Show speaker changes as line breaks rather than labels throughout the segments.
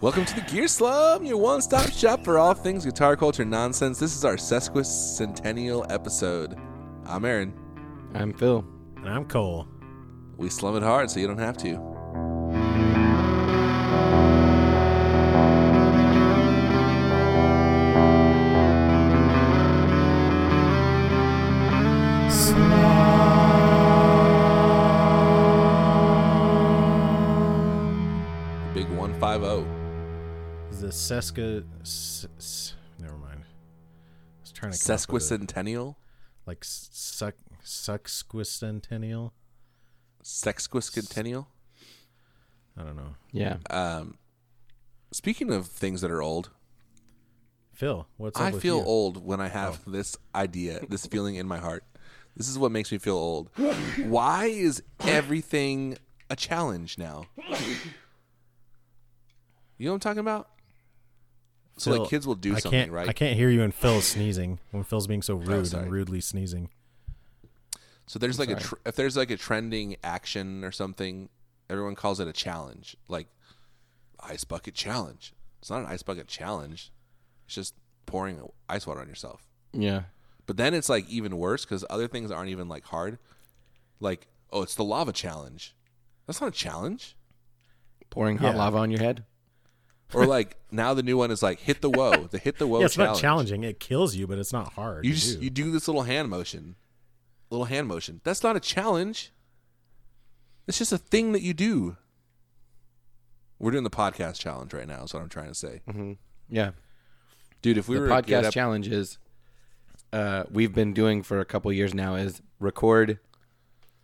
Welcome to the Gear Slum, your one stop shop for all things guitar culture nonsense. This is our sesquicentennial episode. I'm Aaron.
I'm Phil.
And I'm Cole.
We slum it hard so you don't have to. The big oh. 150.
The Sesca. S- s- never mind. I was trying to. come up with a-
Sesquicentennial?
Like suck, sexquicentennial?
Sexquicentennial?
I don't know.
Yeah.
Um, speaking of things that are old,
Phil, what's up
I
with
feel
you? Oh.
old when I have this idea, this feeling in my heart. This is what makes me feel old. Why is everything a challenge now? You know what I'm talking about? So
Phil,
like kids will do
I
something,
can't,
right? Oh,
I can't hear you when Phil's sneezing. When Phil's being so rude
sorry.
and rudely sneezing.
So there's like a tr- if there's like a trending action or something, everyone calls it a challenge, like ice bucket challenge. It's not an ice bucket challenge. It's just pouring ice water on yourself.
Yeah.
But then it's like even worse because other things aren't even like hard. Like, oh, it's the lava challenge. That's not a challenge.
Pouring hot
Yeah.
lava on your head.
Or like now the new one is like hit the woe, the hit the woe
yeah, it's
challenge.
not challenging. It kills you, but it's not hard.
You
to
just
do.
you do this little hand motion, little hand motion. That's not a challenge. It's just a thing that you do. We're doing the podcast challenge right now. Is what I'm trying to say,
Yeah.
dude. If we
the
were to get
podcast
up-
challenge is uh, we've been doing for a couple years now is record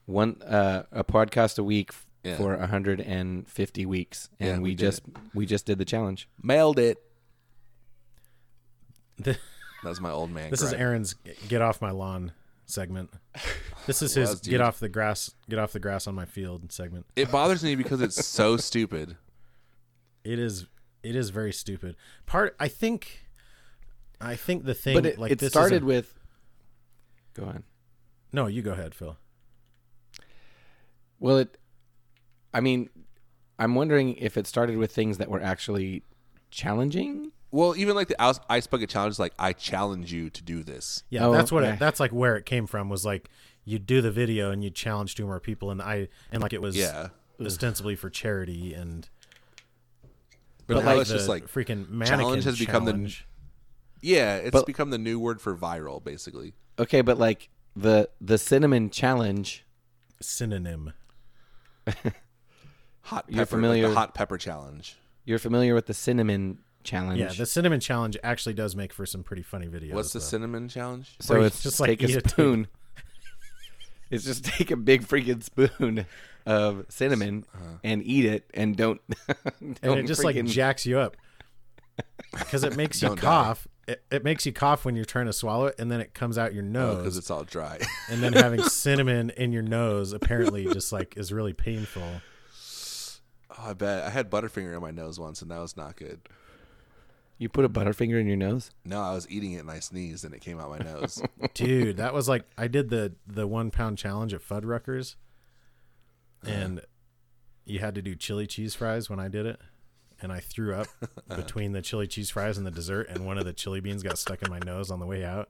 one uh, a podcast a week f-
Yeah.
for 150 weeks and
Yeah,
we,
we did
just we just did the challenge.
Mm-hmm.
mailed it.
Th-
That was my old man.
This is
gripe.
Aaron's get off my lawn segment. This is his
was, dude.
get off the grass, get off the grass on my field segment.
It bothers me because it's so stupid.
It is it is very stupid. Part I think I think the thing
But it,
like
it
this is
started
a-
with Go on.
No, you go ahead, Phil.
Well, it I mean I'm wondering if it started with things that were actually challenging.
Well, even like the ice- ice bucket challenge, is like I challenge you to do this.
Yeah,
Oh,
that's what
yeah.
it, that's like where it came from was like you do the video and you challenge two more people and I and like it was
Yeah,
ostensibly for charity and
but, now
like
it's just
the
like
freaking mannequin
challenge has become the-
challenge.
yeah, it's
But-
become the new word for viral, basically.
Okay, but like the the cinnamon challenge
synonym.
Hot pepper,
You're
like
familiar-
the hot pepper challenge.
You're familiar with the cinnamon challenge.
Yeah, the cinnamon challenge actually does make for some pretty funny videos.
What's the
though.
cinnamon challenge?
so
where you
it's
just,
just
like,
like take
eat
a
it.
spoon. it's just take a big freaking spoon of cinnamon
Uh-huh.
and eat it and don't don't
and it just like
freaking-
jacks you up because it makes you
Don't die.
cough. It, it makes you cough when you're trying to swallow it, and then it comes out your
Because
nose.
Oh, it's all dry.
and then having cinnamon in your nose apparently just like is really painful.
oh, I bet I had Butterfinger in my nose once, and that was not good.
you put a butterfinger in your nose.
No, I was eating it and I sneezed, and it came out my nose.
Dude, that was like I did the the one pound challenge at Fuddruckers, and you had to do chili cheese fries when I did it, and I threw up between the chili cheese fries and the dessert, and one of the chili beans got stuck in my nose on the way out.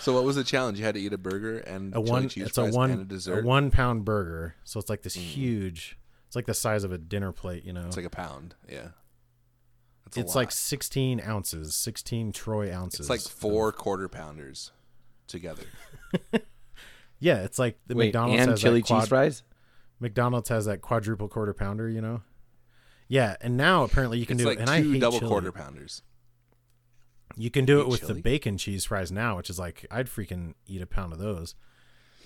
so what was the challenge? You had to eat a burger and
a
chili
one
cheese
it's a
fries
one
and a dessert. Mm.
a one pound burger so it's like this huge it's like the size of a dinner plate you know
It's
it's like,
like a pound. Yeah, That's a
it's
lot.
like 16 ounces 16 troy ounces
it's like four quarter pounders together.
yeah it's like the
Wait,
mcdonald's
and
has
chili
that quad-
cheese fries.
mcdonald's has that quadruple quarter pounder you know yeah and now apparently you can
It's
do
like
it and i
two
hate
double
chili.
quarter pounders.
you can do it with
chili?
the bacon cheese fries now which is like i'd freaking eat a pound of those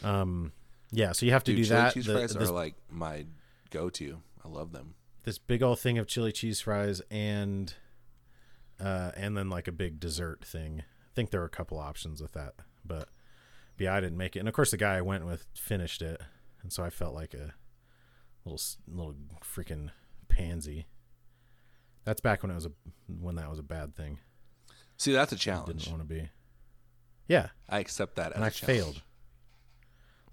um yeah so you have to
Dude,
do
chili
that
cheese
the-
fries
this
are like my go-to. I love them.
this big old thing of chili cheese fries and uh and then like a big dessert thing. I think there were a couple options with that, but but yeah, I didn't make it. And of course, the guy I went with finished it, and so I felt like a little s- little freaking pansy. That's back when it was a when that was a bad thing.
See, that's a
Didn't
challenge.
want to be. Yeah,
I accept that. As
and
a
I
challenge.
failed.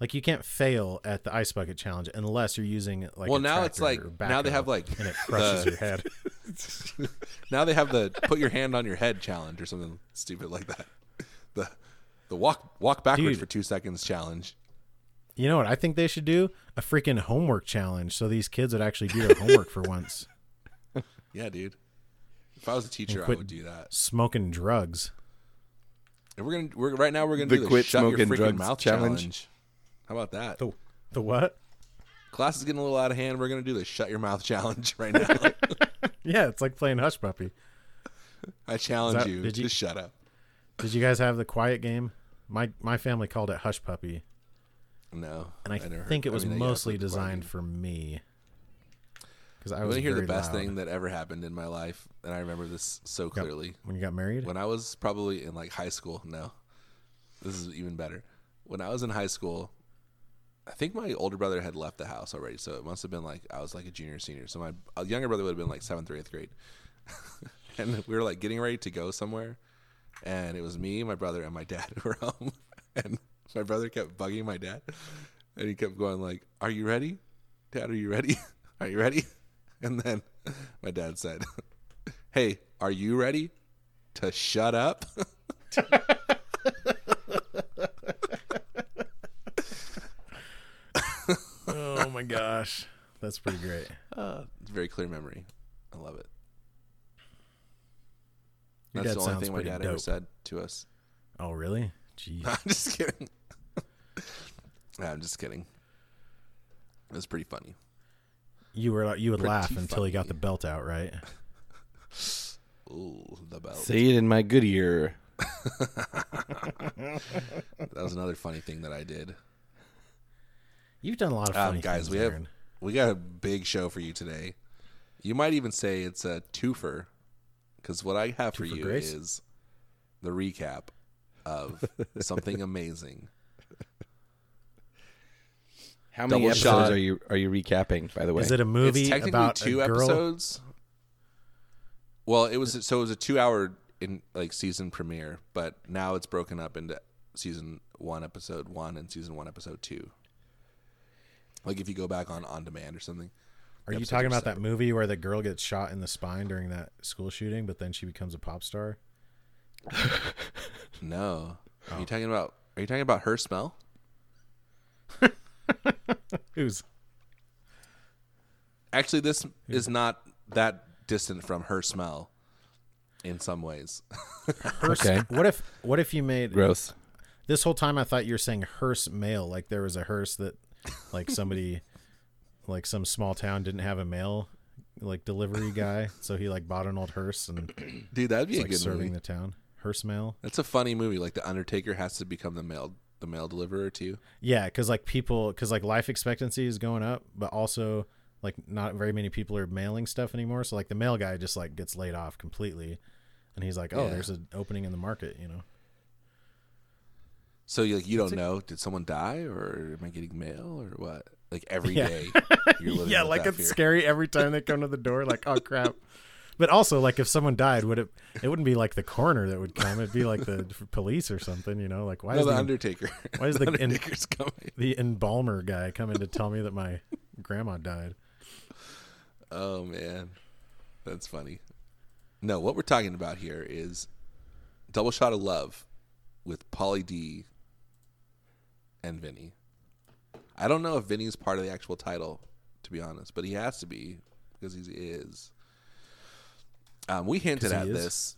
Like you can't fail at the ice bucket challenge unless you're using like.
well,
a
now it's like
tractor or
now they
backhoe,
have like
and it crushes
the-
your head.
now they have the put your hand on your head challenge or something stupid like that. The the walk walk backwards
Dude.
for two seconds challenge.
You know what I think they should do? A freaking homework challenge, so these kids would actually do their homework for once.
Yeah, dude. If I was a teacher, I
quit-
would do that.
Smoking drugs.
If we're gonna we're right now we're gonna
The
do the
quit
shut your
smoking
freaking
drugs
mouth
challenge.
challenge. How about that?
The the what?
Class is getting a little out of hand. We're gonna do the shut your mouth challenge right now.
Yeah, it's like playing hush puppy.
I challenge
Is that-
you,
did you-
to shut up.
Did you guys have the quiet game? My my family called it hush puppy,
No,
and I,
never heard-
think it was
mean, yeah,
mostly
that's what-
designed for me. Because I
I want
was
to hear the
very
best
loud
thing that ever happened in my life, and I remember this so clearly.
when you got married.
When I was probably in like high school, no, this is even better. When I was in high school, I think my older brother had left the house already, so it must have been like I was like a junior, senior. So my uh, younger brother would have been like seventh or eighth grade, and we were like getting ready to go somewhere, and it was me, my brother, and my dad who were home, and my brother kept bugging my dad, and he kept going like, "Are you ready, Dad? Are you ready? Are you ready?" And then my dad said, "Hey, are you ready?" to shut up.
oh my gosh, that's pretty great.
It's a very clear memory. I love it.
Your
That's
dad
the only
sounds
thing my
pretty
dad
dope.
ever said to us.
Oh really? Jeez.
I'm just kidding. Nah, I'm just kidding. It was pretty funny.
You were like- you would laugh
Pretty
until he got
funny.
the belt out, right?
Ooh, the bell.
Say it in my good ear.
That was another funny thing that I did.
You've done a lot of
Um,
funny
guys,
things,
we have-
Aaron.
We got a big show for you today. You might even say it's a twofer, because what I have for
Twofer
you
grace?
is the recap of something amazing.
How many
Double
episodes
shot.
are you are you recapping? By the way,
Is it a movie
it's technically
about
two
a girl?
episodes. Well, it was so it was a two-hour in like season premiere, but now it's broken up into season one, episode one, and season one, episode two. Like if you go back on on demand or something.
Are you
episodes
talking
are
about that movie where the girl gets shot in the spine during that school shooting, but then she becomes a pop star?
No, are you talking about? Are you talking about her smell?
Who's
Actually, this is not that distant from her smell, in some ways.
her?
Okay.
What if what if you made
gross?
this whole time? I thought you were saying hearse mail, like there was a hearse that, like somebody, like some small town didn't have a mail, like delivery guy, so he like bought an old hearse and
Dude, that'd be a
like
good
serving
movie.
the town. Hearse mail.
That's a funny movie. Like the Undertaker has to become the mail the mail deliverer too.
Yeah, because like people, because like life expectancy is going up, but also like not very many people are mailing stuff anymore. So like the mail guy just like gets laid off completely, and he's like, oh,
Yeah.
there's an opening in the market, you know.
So you like you don't know? Did someone die, or am I getting mail, or what? Like every
Yeah.
day, you're living with that fear.
scary every time they come to the door. Like, oh crap. But also, like, if someone died, would it? It wouldn't be like the coroner that would come. It'd be like the police or something. You know, like why
No,
is
the
the,
Undertaker.
why is the- and-
Undertaker's coming?
the embalmer guy coming to tell me that my grandma died?
Oh man, that's funny. No, what we're talking about here is double shot of love with Polly D and Vinny. I don't know if Vinny's part of the actual title, to be honest, but he has to be because he is. Um, we hinted
'Cause
at
he is?
this.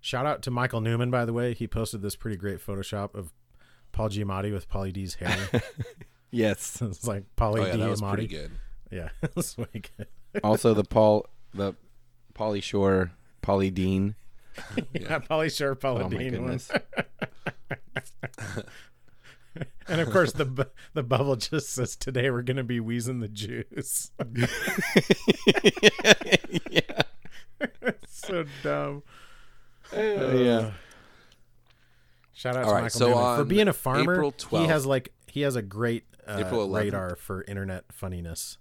Shout out to Michael Newman, by the way. He posted this pretty great Photoshop of Paul Giamatti with Polly D's hair.
Yes.
it's like Polly
Oh yeah,
D
that was pretty
Amati.
good.
Yeah, that's way good.
also, the Paul, the Polly Shore, Polly Dean.
Yeah, Polly Shore, Polly
Oh my
Dean one.
goodness.
And of course, the bu- the bubble just says, "Today we're gonna be wheezing the juice."
yeah.
so dumb.
yeah.
Shout out
All
to
right,
Michael
so
Newman for
on
being a farmer.
April
he
12th
has like he has a great
April
uh,
11th.
radar for internet funniness.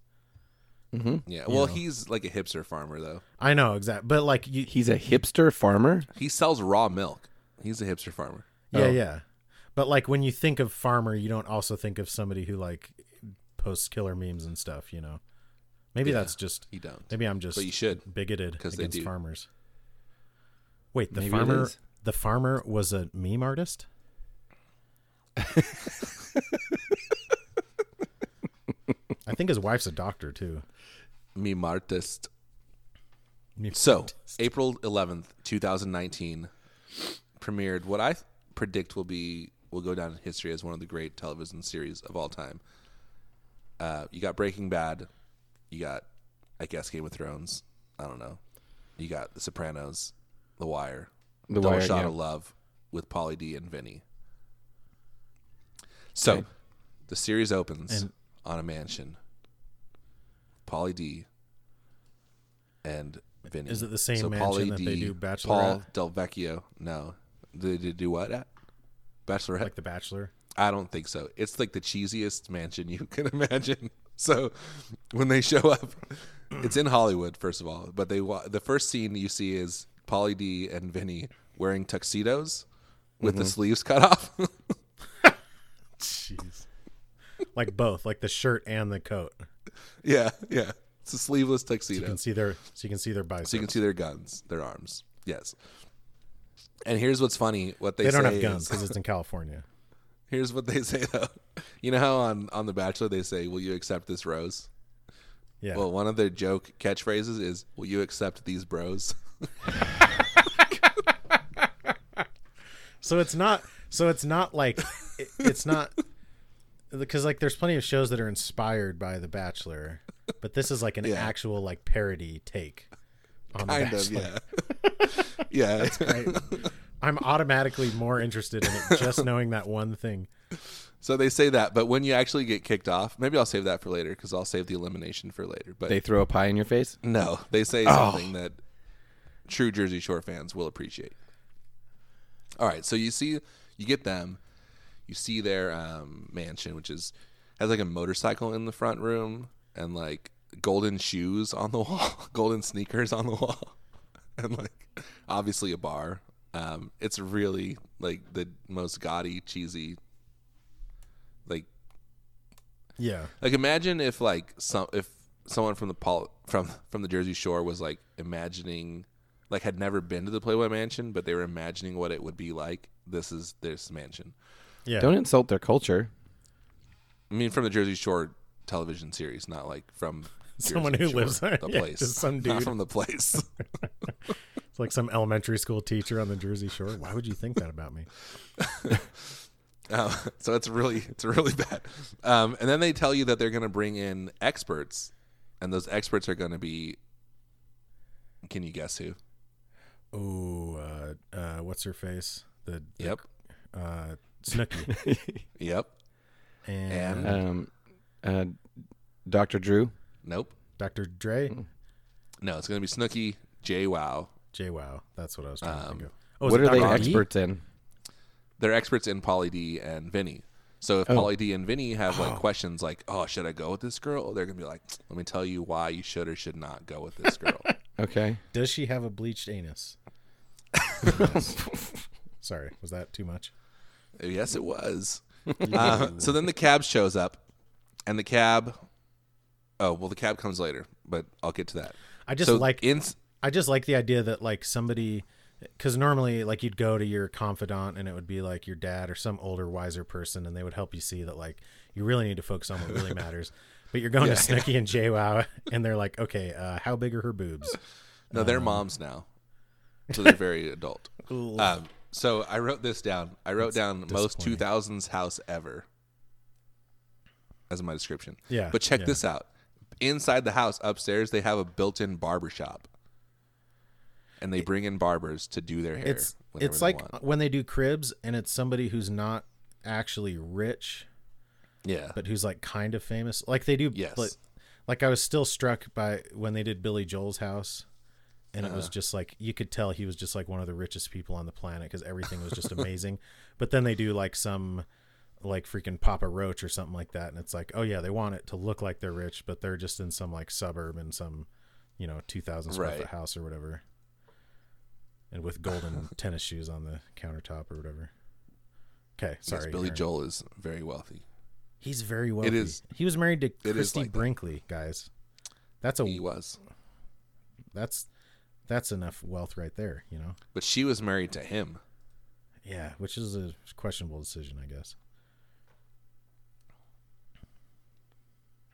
Yeah. Well, he's like a hipster farmer though.
I know exactly, but like you,
He's a hipster farmer.
He sells raw milk. He's a hipster farmer.
Yeah,
Oh.
yeah. But like when you think of farmer, you don't also think of somebody who like posts killer memes and stuff. You know, maybe
Yeah.
that's just
You don't.
maybe I'm just
But you should.
bigoted
'cause
against
they do.
farmers. Wait, the
Maybe it
farmer
is.
the farmer was a meme artist. I think his wife's a doctor too.
Me martist.
Me-
So, April 11th, 2019, premiered what I th- predict will be will go down in history as one of the great television series of all time. Uh, you got Breaking Bad, you got I guess Game of Thrones, I don't know. You got The Sopranos, The Wire,
The
Double
Wire,
Shot
yeah.
of Love with Pauly D and Vinny. So,
Okay.
the series opens
And-
on a mansion. Pauly D and Vinny.
Is it the same mansion
Pauly
that they do
Paul
Bachelorette?
Del Vecchio. No, they, they do what at Bachelorette?
like The Bachelor.
I don't think so. It's like the cheesiest mansion you can imagine. So when they show up, it's in Hollywood, first of all. But they wa- the first scene you see is Polly D and Vinny wearing tuxedos with
Mm-hmm.
the sleeves cut off.
Jeez. like both, like the shirt and the coat.
yeah, yeah. It's a sleeveless tuxedo.
You can see their so you can see their biceps.
so you can see their guns, their arms. Yes. And here's what's funny: what they,
they don't
say
have guns
is-
because it's in California.
Here's what they say though. You know how on on The Bachelor they say, "Will you accept this rose?"
Yeah.
Well, one of their joke catchphrases is, "Will you accept these bros?"
so it's not so it's not like it- it's not because like there's plenty of shows that are inspired by The Bachelor, but this is like an
Yeah.
actual like parody take on
kind
The
of,
Bachelor.
yeah, yeah.
I- I'm automatically more interested in it just knowing that one thing.
So they say that, but when you actually get kicked off, maybe I'll save that for later because I'll save the elimination for later. But
They throw a pie in your face.
no, they say something that true Jersey Shore fans will appreciate. All right, so you see, you get them, you see their um, mansion, which is has like a motorcycle in the front room and like golden shoes on the wall, golden sneakers on the wall, and like obviously a bar. Um, it's really like the most gaudy, cheesy, like
Yeah.
like imagine if like some if someone from the Paul from from the Jersey Shore was like imagining like had never been to the Playboy Mansion, but they were imagining what it would be like. This is this mansion.
Yeah.
Don't insult their culture.
I mean, from the Jersey Shore television series, not like from
Someone
Jersey
who
Shore,
lives there.
the
Yeah,
place,
just some
not
dude.
from the place.
It's like some elementary school teacher on the Jersey Shore. Why would you think that about me?
Um, so it's really it's really bad. Um, and then they tell you that they're going to bring in experts, and those experts are going to be. Can you guess who?
Oh, uh, uh, what's her face? The
Yep.
uh, Snooki
Yep.
and,
And-
Um, uh, Dr. Drew.
Nope.
Dr. Dre.
Mm. No, it's going to be Snooky, Jay Wow.
J Wow. That's what I was trying to think
Um,
of. Oh, is
what
it
are they
Dr. D?
experts in?
They're experts in Polly D and Vinny. So
Oh.
if Polly D and Vinny have like questions like, "Oh, should I go with this girl?" They're going to be like, "Let me tell you why you should or should not go with this girl."
Okay.
Does she have a bleached anus? Sorry, was that too much?
yes, it was. Uh, so then the cab shows up, and the cab. Oh well, the cab comes later, but I'll get to that.
I just
so
like
in
I just like the idea that like somebody because normally like you'd go to your confidant and it would be like your dad or some older wiser person and they would help you see that like you really need to focus on what really matters but you're going to snooki and jwow and they're like okay uh, how big are her boobs
no,
Oh.
they're moms now, so they're very adult.
Uh,
Um, so I wrote this down. I wrote down most two
disappointing.
thousands house ever as my description.
Yeah,
But check
yeah.
this out. Inside the house upstairs, they have a built-in barber shop, and they bring in barbers to do their hair.
it's
whenever
it's
they
like uh,
want.
when they do cribs and it's somebody who's not actually rich
yeah,
but who's like kind of famous like they do
Yes.
but like i was still struck by when they did billy joel's house and
Uh-huh.
it was just like you could tell he was just like one of the richest people on the planet because everything was just amazing but then they do like some like freaking papa roach or something like that and it's like oh yeah they want it to look like they're rich but they're just in some like suburb in some you know 2000 square
Right.
foot house or whatever and with golden tennis shoes on the countertop or whatever Okay, sorry.
yes, Billy
you're-
Joel is very wealthy.
He's very wealthy.
is-
He was married to
is
Christy
like that.
Brinkley, guys. That's a
He was,
that's that's enough wealth right there, you know.
but she was married to him.
Yeah, which is a questionable decision, I guess.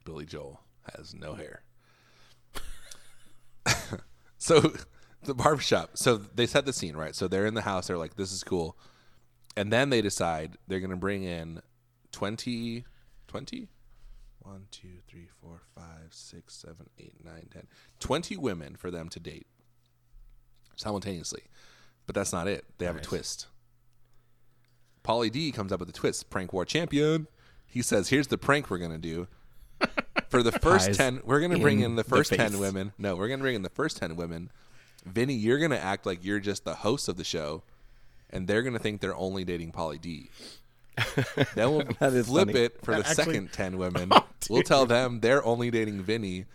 Billy Joel has no hair. so the barbershop. So they set the scene, right? So they're in the house. They're like, this is cool. And then they decide they're going to bring in 20, 20? 1, 2, 3, 4, 5, 6, 7, 8, 9, 10, 20 women for them to date simultaneously. But that's not it. They have a twist. Polly D comes up with a twist. Prank war champion. He says, here's the prank we're going to do. For the first
Eyes
10, we're going to bring
in
in the
the
first 10
face.
women. No, we're going to bring in the first 10 women. Vinny, you're going to act like you're just the host of the show, and they're going to think they're only dating Polly D. then we'll
That Oh, is
flip
funny.
it for the
Actually-
second 10 women. we'll tell them they're only dating Vinny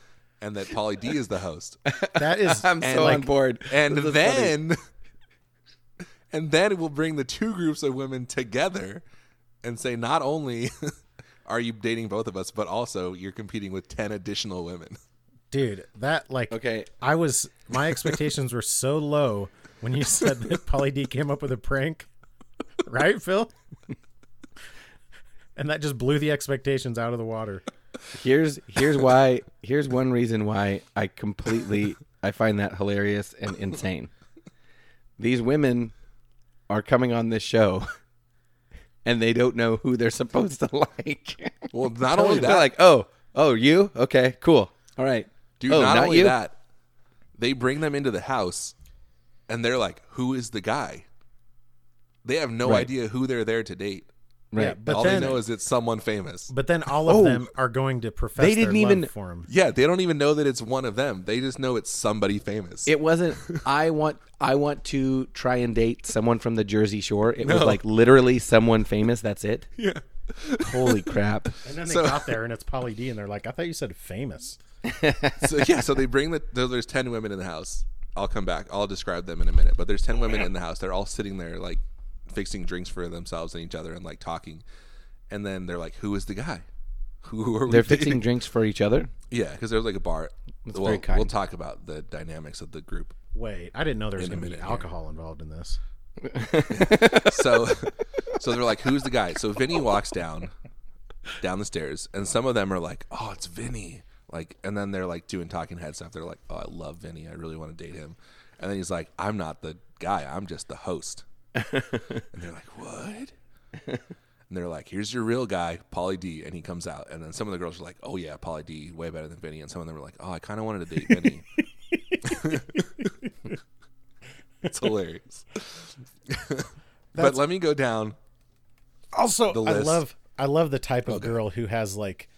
and that Polly D is the host.
That is
I'm
And
so
like-
on board.
And
This is funny.
then and then we'll bring the two groups of women together and say not only are you dating both of us, but also you're competing with 10 additional women.
dude, that like
okay,
I was my expectations were so low when you said that Polly D came up with a prank. Right, Phil? And that just blew the expectations out of the water.
here's here's why here's one reason why I completely I find that hilarious and insane. These women are coming on this show and they don't know who they're supposed to like.
Well, not only that,
They're like, "Oh, oh, you? Okay, cool. All right."
Dude,
oh,
not, only that, they bring them into the house and they're like, who is the guy? They have no
Right.
idea who they're there to date.
Right.
Yeah, but
All
then
they know is it's someone famous.
but then all of
Oh.
them are going to profess
They didn't
their love
even-
for him.
Yeah, they don't even know that it's one of them. They just know it's somebody famous.
It wasn't I want I want to try and date someone from the Jersey Shore. It was like literally someone famous, that's it. Yeah. Holy crap.
And then they
So-
got there and it's Polly D and they're like, I thought you said famous.
so, yeah, so they bring the there- there's ten women in the house. I'll come back. I'll describe them in a minute. But there's ten women in the house. They're all sitting there like fixing drinks for themselves and each other and like talking. And then they're like, "Who is the guy? Who are we?"
They're
dating?
fixing drinks for each other.
Yeah, because there was like a bar. we'll,
very kind.
we'll talk about the dynamics of the group.
Wait, I didn't know there was
In a
going to be
minute here.
alcohol involved in this.
So, so they're like, "Who's the guy?" So Vinny walks down, down the stairs, and some of them are like, "Oh, it's Vinny!" Like, and then they're like doing talking head stuff. They're like, "Oh, I love Vinny. I really want to date him." And then he's like, "I'm not the guy. I'm just the host." and they're like, "What?" And they're like, "Here's your real guy, Polly D." And he comes out, and then some of the girls are like, "Oh yeah, Polly D, way better than Vinny." And some of them were like, "Oh, I kind of wanted to date Vinny." it's hilarious. but let me go down.
Also, I
list.
love I love the type of girl who has like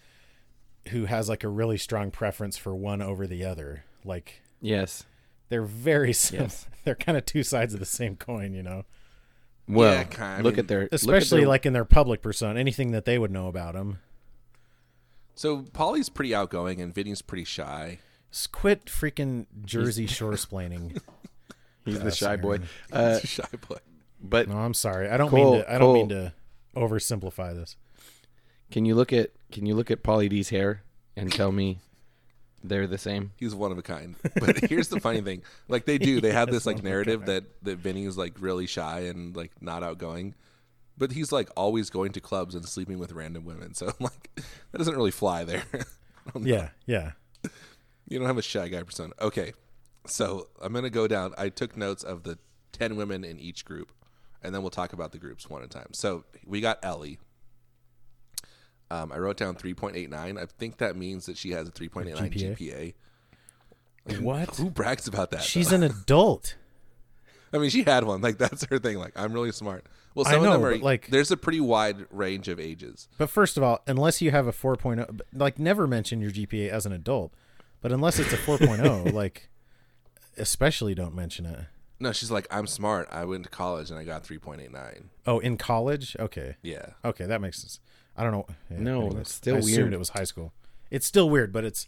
who has like a really strong preference for one over the other. Like
Yes.
they're very sim-
Yes.
they're kind of two sides of the same coin, you know.
Well,
Yeah, kinda. I
look
mean,
at their look at
Especially
their-
like in their public persona, anything that they would know about him.
So Polly's pretty outgoing and Vinny's pretty shy.
Just quit freaking Jersey Shore splaining.
he's the shy boy.
He's a shy boy.
But
No, I'm sorry. I don't
Cole,
mean to. I don't mean
Cole.
to oversimplify this.
can you look at can you look at Polly D's hair and tell me they're the same?
He's one of a kind. But here's the funny thing: like they do, they have this like narrative that that Vinny is like really shy and like not outgoing, but he's like always going to clubs and sleeping with random women. So like that doesn't really fly there. I don't know.
Yeah, yeah.
You don't have a shy guy persona. Okay, so I'm gonna go down. I took notes of the ten women in each group, and then we'll talk about the groups one at a time. So we got Ellie. Um, I wrote down 3.89. I think that means that she has a 3.89
GPA?
GPA.
What?
Who brags about that?
She's
though?
an adult.
I mean, she had one. Like that's her thing. Like I'm really smart. Well,
I
some of
know,
them are
but, like-
There's a pretty wide range of ages.
But first of all, unless you have a 4.0, but, like never mention your GPA as an adult. But unless it's a 4.0, like especially don't mention it.
No, she's like I'm smart. I went to college and I got 3.89.
Oh, in college? Okay.
Yeah.
Okay, that makes sense. I don't know. yeah,
No, that's still
I assumed
weird.
it was high school. It's still weird, but it's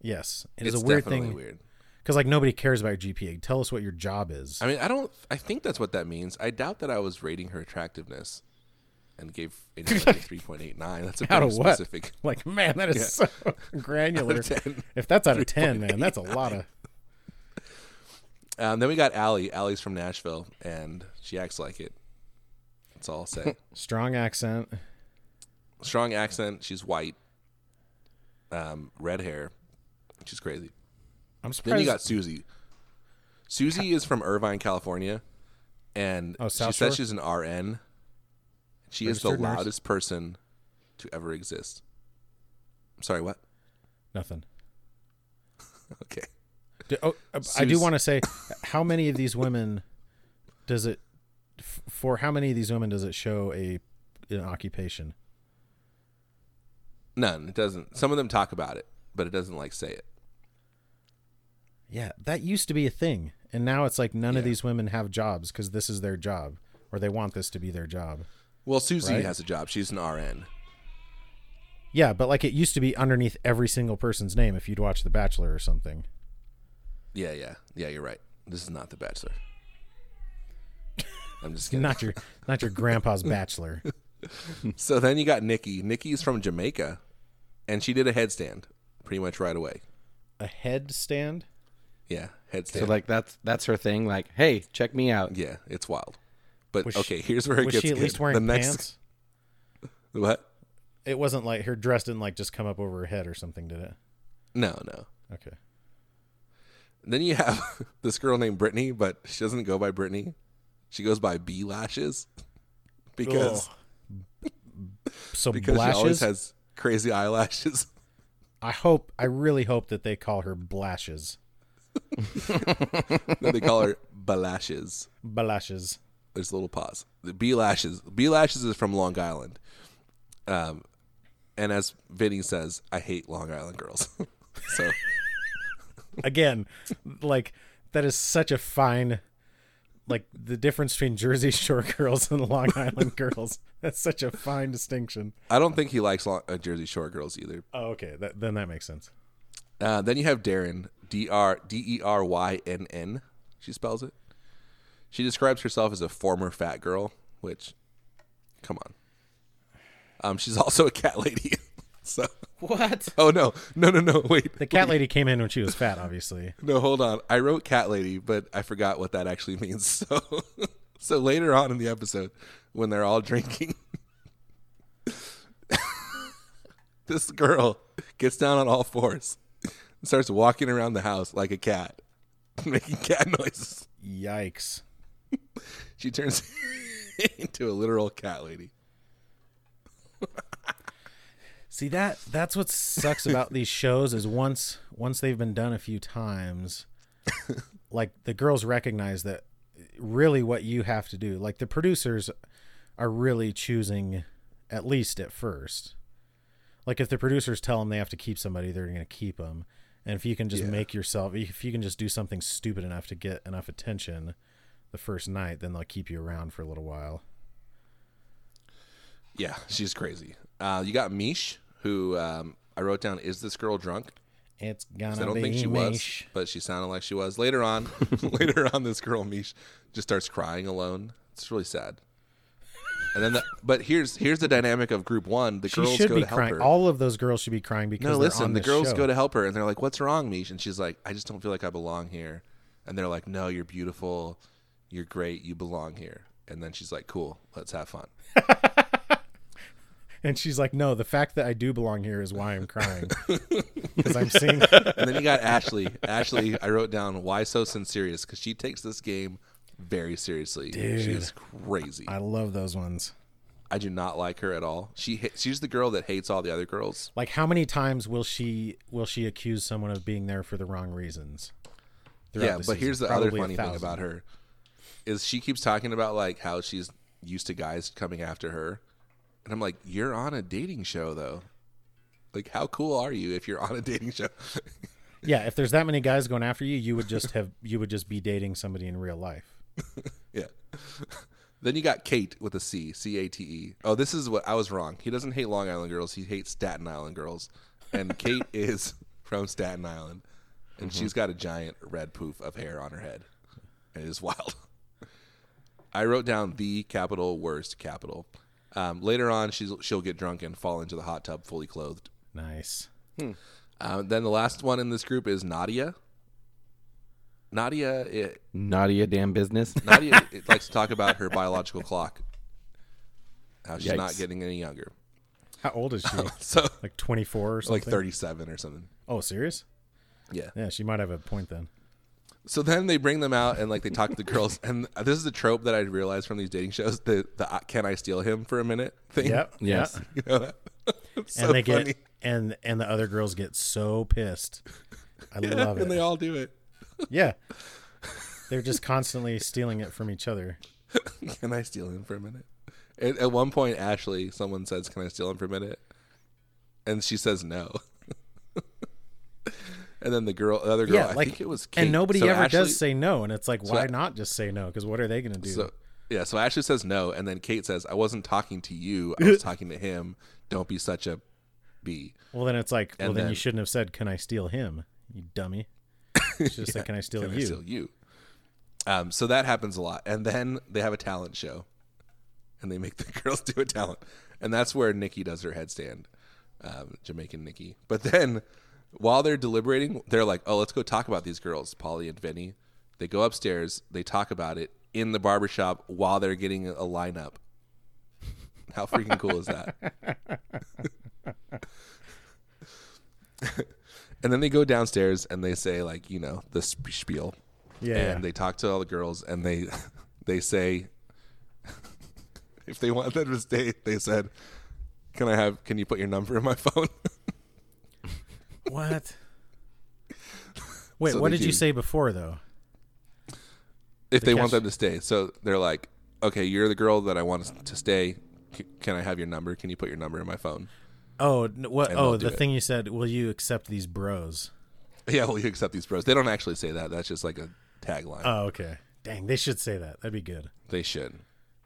yes, it is
it's
a weird
definitely
thing
weird.
because like nobody cares about your GPA. Tell us what your job is.
I mean, I don't. I think that's what that means. I doubt that I was rating her attractiveness. and gave Indiana a three point eight nine. That's a
Out
pretty
of what?
specific.
Like, man, that is
Yeah.
so granular.
Out of 10.
If that's out of 10, man, that's a lot of.
Um, then we got Allie. Allie's from Nashville, and she acts like it. That's all I'll say.
Strong accent.
Strong accent. She's white. Um, red hair. She's crazy.
I'm
Then
surprised.
you got Susie. Susie is from Irvine, California, and
Oh,
she
South
says
Shore?
she's an RN. She is
Registered
the
nurse?
loudest person to ever exist. I'm sorry, what?
Nothing.
Okay.
Do, oh, uh, I do
Sus-
want to say, how many of these women does it? f- For how many of these women does it show a an occupation?
None. It doesn't. Some of them talk about it, but it doesn't like say it.
Yeah, that used to be a thing, and now it's like none of
Yeah.
these women have jobs because this is their job, or they want this to be their job.
Well, Susie
Right.
has a job. She's an RN.
Yeah, but like it used to be underneath every single person's name if you'd watch The Bachelor or something.
Yeah, yeah, yeah. You're right. This is not The Bachelor. I'm just kidding.
Not your not your grandpa's bachelor.
So then you got Nikki. Nikki's from Jamaica, and she did a headstand pretty much right away.
A headstand?
Yeah, headstand.
So like that's that's her thing. Like, hey, check me out.
Yeah, it's wild. But
Was she-
okay, here's where it
Was
gets
she at
good.
least wearing
the next,
pants?
What?
It wasn't like her dress didn't like just come up over her head or something, did it?
No, no.
Okay.
Then you have this girl named Brittany, but she doesn't go by Brittany. She goes by B lashes because
Ugh. So
because she
blashes.
always has crazy eyelashes.
I hope. I really hope that they call her blashes.
No, they call her Balashes.
Blashes.
There's a little pause. The B lashes. B lashes is from Long Island. Um, and as Vinny says, I hate Long Island girls. so
Again, like that is such a fine. Like the difference between Jersey Shore girls and Long Island girls. That's such a fine distinction.
I don't think he likes Long- uh, Jersey Shore girls either.
Oh, okay. That, then that makes sense.
Uh, then you have Darren, D R D E R Y N N. She spells it. She describes herself as a former fat girl, which, come on. Um, she's also a cat lady. so,
What?
oh no, no, no, no, wait,
The cat lady came in when she was fat, obviously.
no, hold on. I wrote cat lady, but I forgot what that actually means. So, so later on in the episode, when they're all drinking, this girl gets down on all fours and starts walking around the house like a cat, making cat noises.
Yikes.
She turns into a literal cat lady.
See that that's what sucks about these shows is once once they've been done a few times, like the girls recognize that really what you have to do, like the producers are really choosing at least at first. Like if the producers tell them they have to keep somebody, they're going to keep them. And if you can just
Yeah.
make yourself if you can just do something stupid enough to get enough attention the first night, then they'll keep you around for a little while.
Yeah, she's crazy. Uh, you got Mish, who um, I wrote down, is this girl drunk?
It's gonna
I don't
be
think she
niche.
was, but she sounded like she was. Later on, later on, this girl Mish just starts crying alone. It's really sad. And then, the, but here's here's the dynamic of group one. The
She
girls
should
go
be
to help
crying.
her.
All of those girls should be crying because
no,
they're on
listen, the
this
girls
show.
go to help her, and they're like, "What's wrong, Mish?" And she's like, "I just don't feel like I belong here." And they're like, "No, you're beautiful, you're great, you belong here." And then she's like, "Cool, let's have fun."
and she's like, "No, the fact that I do belong here is why I'm crying because I'm seeing."
And then you got Ashley. Ashley, I wrote down why so serious because she takes this game very seriously. She is crazy.
I love those ones.
I do not like her at all. She ha- she's the girl that hates all the other girls.
Like, how many times will she will she accuse someone of being there for the wrong reasons? throughout
yeah,
the
but
season?
here's the
Probably a
other funny thing
thousand.
about her is she keeps talking about like how she's used to guys coming after her, and I'm like, you're on a dating show though. Like, how cool are you if you're on a dating show?
Yeah, if there's that many guys going after you, you would just have you would just be dating somebody in real life.
yeah. then you got Kate with a C, C A T E. Oh, this is what I was wrong. He doesn't hate Long Island girls. He hates Staten Island girls, and Kate is from Staten Island, and she's got a giant red poof of hair on her head. It is wild. I wrote down the capital worst capital Um, later on, she's, she'll get drunk and fall into the hot tub fully clothed.
Nice.
Uh, then the last one in this group is Nadia. Nadia, it,
Naughty a damn business.
Nadia it likes to talk about her biological clock, how she's not
Yikes.
getting any younger.
How old is she?
So
like 24 or something?
like 37 or something.
Oh, serious?
Yeah.
Yeah, she might have a point then.
So then they bring them out and like they talk to the girls. And this is a trope that I realized from these dating shows the, the uh, can I steal him for a minute thing.
Yep.
Yes.
yeah.
You know that? It's so
and they
funny.
get and and the other girls get so pissed. I love it.
and they all do it.
yeah. They're just constantly stealing it from each other.
Can I steal him for a minute? At, at one point, Ashley, someone says, "Can I steal him for a minute?" And she says no. and then the girl, the other girl, I think it was, Kate.
and nobody
So
ever
Ashley-
does say no, and it's like, why
I-
not just say no? Because what are they going to do?
So yeah, so Ashley says no, and then Kate says, "I wasn't talking to you. I was talking to him. Don't be such a b."
well, then it's like, well,
and
then, you
then-
shouldn't have said, "Can I steal him?" You dummy. It's just like, "Can I steal
Can I
you?"
steal you? Um, so that happens a lot, and then they have a talent show, and they make the girls do a talent, and that's where Nikki does her headstand, um, Jamaican Nikki. But then, while they're deliberating, they're like, "Oh, let's go talk about these girls, Polly and Vinny." They go upstairs, they talk about it in the barbershop while they're getting a lineup. How freaking cool is that? and then they go downstairs and they say like, you know, the sp- spiel
Yeah. yeah.
and they talk to all the girls and they they say if they want them to stay they said can i have can you put your number in my phone
What? Wait,
So
what
they
did
do.
you say before though?
if they
catch-
want them to stay so they're like okay you're the girl that i want to stay C- can i have your number can you put your number in my phone
Oh, n- what?
And
Oh,
they'll do
the
it.
thing you said. Will you accept these bros?
yeah will you accept these bros they don't actually say that that's just like a tagline
Uh.
Oh, okay. Dang, they should say that. That'd be good.
they should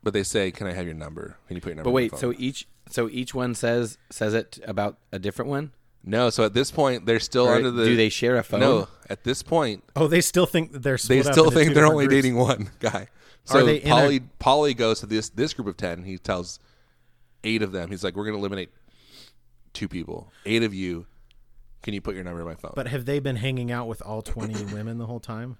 but they say can i have your number can you put your number
But
in
wait,
my
so
phone?
each so each one says says it about a different one.
no so at this point they're still
Or
under the
do they share a phone?
no at this point
Oh, they still think that they're.
they
Split up
still
into two
think they're
different
only
groups.
dating one guy. So
they
Polly
in
Polly goes to this this group of ten. He tells eight of them. He's like, "We're going to eliminate two people. Eight of you. Can you put your number in my phone?"
But have they been hanging out with all twenty women the whole time?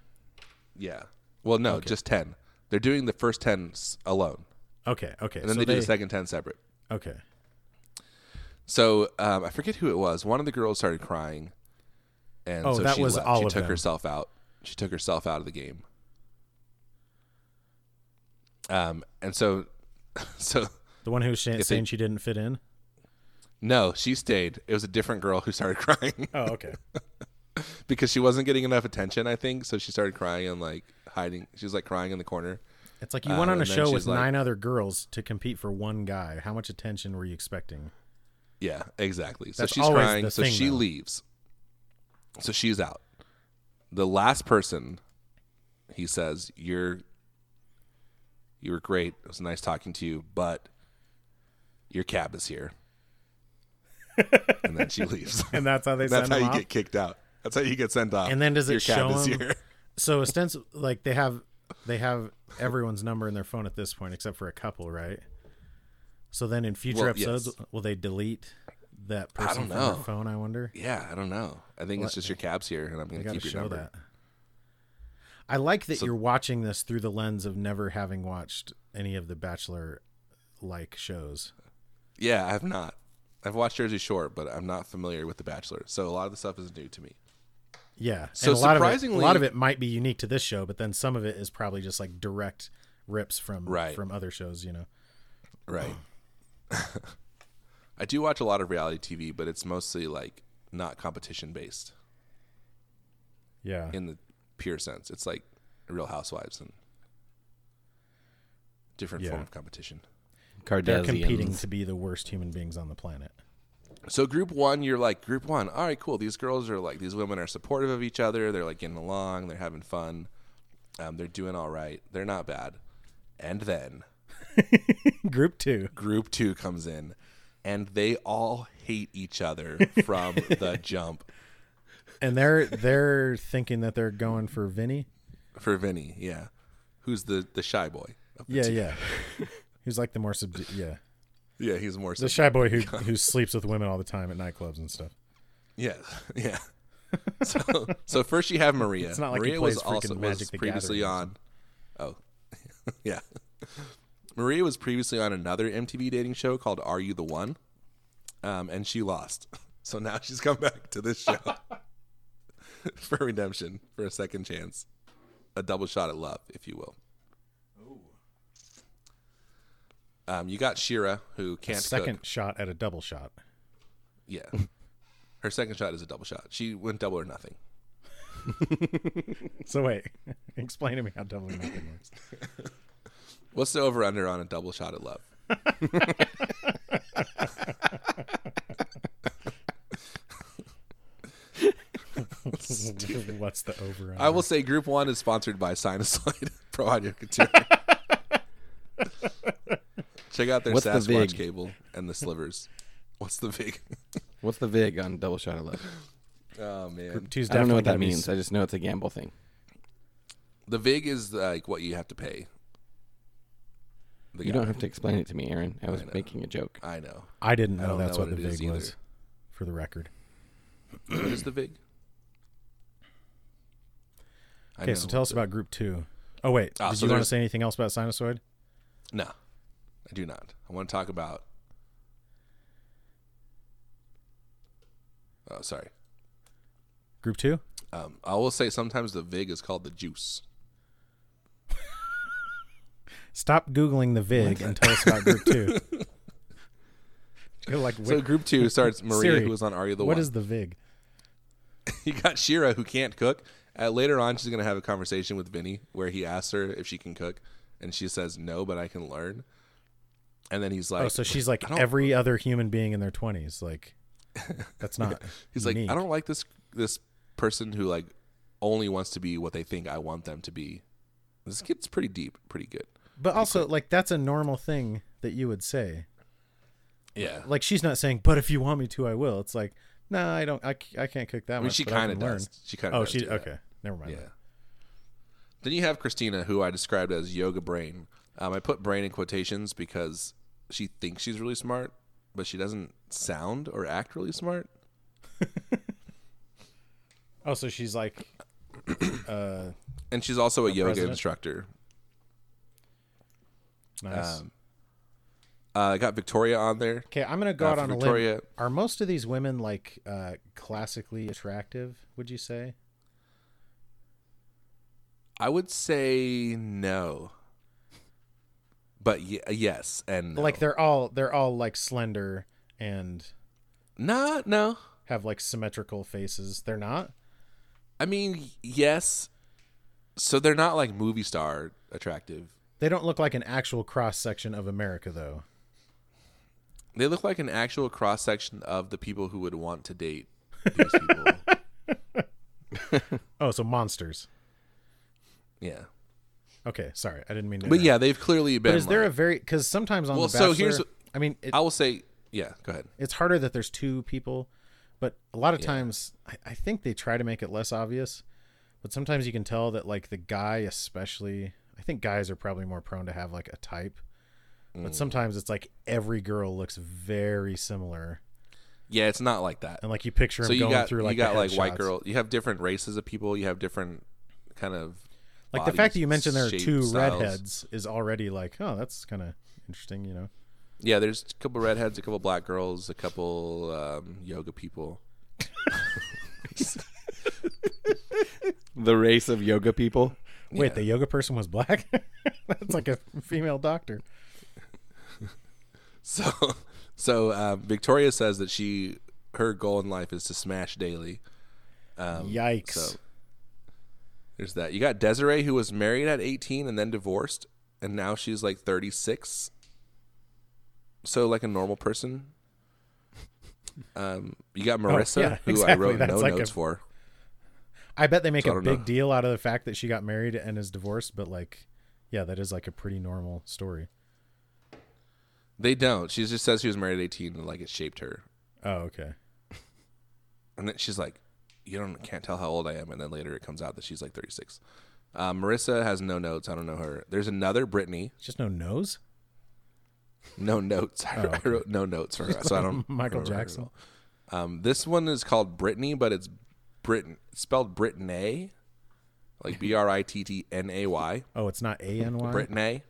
yeah. Well, no, just ten. They're doing the first ten s- alone,
Okay, okay.
and then
so
they, do the second ten separate.
Okay.
So um, I forget who it was. One of the girls started crying, and
Oh,
so
that
she
was
left.
all
she
of
took
them.
herself out. She took herself out of the game. Um, and so, so
The one who was sh- saying
they-
she didn't fit in.
No, she stayed. It was a different girl who started crying
Oh, okay.
because she wasn't getting enough attention, I think. So she started crying and like hiding. She was like crying in the corner.
It's like you
Uh,
went on a
and then
show
she's
with
like-
nine other girls to compete for one guy. How much attention were you expecting?
Yeah, exactly. So
That's
she's
always
crying.
the
So
thing,
she
though.
leaves. So she's out. The last person, he says, "You're, you were great. It was nice talking to you, but your cab is here." and then she leaves.
And that's how they
That's
send
how
them
you
off?
get kicked out. That's how you get sent off.
And then does it
your cab
show
is
him-
here?
So ostensibly, like they have, they have everyone's number in their phone at this point, except for a couple, right? So then in future
Well,
episodes,
yes.
will they delete that person
don't
from their
know.
phone? I wonder.
Yeah, I don't know. I think it's just your cab's here, and I'm
They
going to
got to
keep your
show
number.
that. I like that you're watching this through the lens of never having watched any of the Bachelor-like shows.
Yeah, I have not. I've watched Jersey Shore, but I'm not familiar with The Bachelor, so a lot of the stuff is new to me.
Yeah.
So
and a lot of it,
surprisingly-
a lot of it might be unique to this show, but then some of it is probably just like direct rips from
Right.
from other shows, you know.
Right. I do watch a lot of reality TV, but it's mostly like not competition based
Yeah.
in the pure sense. It's like Real Housewives and different
Yeah.
form of competition.
They're competing
Kardashians.
to be the worst human beings on the planet.
So group one, you're like group one. All right, cool. These girls are like these women are supportive of each other. They're like getting along. They're having fun. Um, they're doing all right. They're not bad. And then
Group 2.
group two comes in, and they all hate each other from the jump.
And they're they're thinking that they're going for Vinny.
For Vinny, yeah, who's the the shy boy. of the
Yeah,
team.
yeah. He's like the more subdu- yeah.
Yeah, he's more.
The shy boy who who sleeps with women all the time at nightclubs and stuff.
Yeah, yeah. so, so first you have Maria.
It's not like he
Maria was
plays freaking
also was
Magic the
previously
Gathering.
on. Oh, yeah. Maria was previously on another MTV dating show called "Are You the One," um, and she lost. So now she's come back to this show for redemption, for a second chance, a double shot at love, if you will. Um, you got Shira, who can't cook.
Second shot at a double shot.
Yeah. Her second shot is a double shot. She went double or nothing.
So wait, explain to me how double or nothing works.
What's the over under on a double shot at love?
What's the over?
I will say group one is sponsored by Sinusoid Pro Audio Couture. Check out their
What's the
Sasquatch
vig?
cable and the slivers. What's the vig?
What's the vig on double shot of love?
Oh man.
Two's
I don't know
definitely
what
gotta
that
be
means.
s-
I just know it's a gamble thing.
The vig is like what you have to pay. The
You
guy.
don't have to explain it to me, Aaron. I was
know.
making a joke.
I know.
I didn't know
I don't
that's
know
what,
what
the
it is
big
either.
was. For the record.
What is the vig? I
Okay,
know.
so tell us about group two. Oh wait,
Ah,
did
so
you want to
there's-
say anything else about sinusoid?
No, I do not. I want to talk about. Oh, sorry.
Group two?
Um, I will say sometimes the vig is called the juice.
Stop googling the vig and tell us about group two. You're like,
So group two starts Maria,
Siri,
who was on Are You the
what
One.
is the vig?
you got Shira, who can't cook. Uh, later on, she's gonna have a conversation with Vinny where he asks her if she can cook, and she says no, but I can learn. And then he's like,
Oh, so she's like
I don't-
every other human being in their twenties. Like, that's not.
He's
unique.
like, I don't like this this person who like only wants to be what they think I want them to be. This gets pretty deep, pretty good.
But also, like, that's a normal thing that you would say.
Yeah,
Like, she's not saying, "But if you want me to, I will." It's like, no, I don't. I, c- I can't cook that
I mean,
much.
she
but I
kind of
can learn."
does. She kind of.
Oh, she okay. Never mind.
Yeah. Then you have Christina, who I described as yoga brain. Um, I put brain in quotations because she thinks she's really smart, but she doesn't sound or act really smart.
Oh, so she's like, uh,
And she's also a, yoga
president?
instructor.
nice.
Um, uh, I got Victoria on there.
okay, I'm gonna go
uh,
out
for
on a
Victoria-
limb. Are most of these women like uh, classically attractive? Would you say?
I would say no, but y- uh, yes and no.
Like they're all they're all like slender and
nah, no.
have like symmetrical faces. They're not.
I mean, yes. So they're not like movie star attractive.
They don't look like an actual cross section of America, though.
They look like an actual cross section of the people who would want to date these people.
Oh, so monsters.
yeah.
Okay, sorry, I didn't mean to.
But
interrupt.
yeah, they've clearly been.
but is there a
like-
very because sometimes on
Well,
the Bachelor,
so here's-
I mean, it,
I will say, yeah, go ahead.
it's harder that there's two people, but a lot of times I, I think they try to make it less obvious. But sometimes you can tell that like the guy, especially, I think guys are probably more prone to have like a type.
Mm.
But sometimes it's like every girl looks very similar,
Yeah, it's not like that.
and like you picture him
So you
going
got
through like
you got
the
like white
headshots.
girl. You have different races of people. You have different kind of
Like the
bodies,
fact that you mentioned there are
shape,
two
styles.
redheads is already like, oh, that's kind of interesting, you know.
Yeah, there's a couple redheads, a couple black girls, a couple um, yoga people.
The race of yoga people.
Wait, the yoga person was black? That's like a female doctor.
So, so um, Victoria says that she her goal in life is to smash daily.
Yikes.
so- There's that. You got Desiree, who was married at 18 and then divorced, and now she's like 36. So like a normal person. Um, you got Marissa,
Oh, yeah,
who I
exactly.
wrote
That's
no
like
notes
a-
for.
I bet they make
so I
a
don't
big
know.
deal out of the fact that she got married and is divorced, but like yeah, that is like a pretty normal story.
They don't. She just says she was married at 18 and like it shaped her,
Oh, okay.
and then she's like, "You don't can't tell how old I am." And then later it comes out that she's like 36. Uh, Marissa has no notes. I don't know her. There's another Brittany.
Just no nose?
No notes. I,
Oh,
I wrote no notes for her, so I don't.
Michael
remember her at
Jackson.
all. Um, this one is called Brittany, but it's Britain it's spelled Brittany, like B R I T T N A Y.
Oh, it's not A N Y.
Brittany.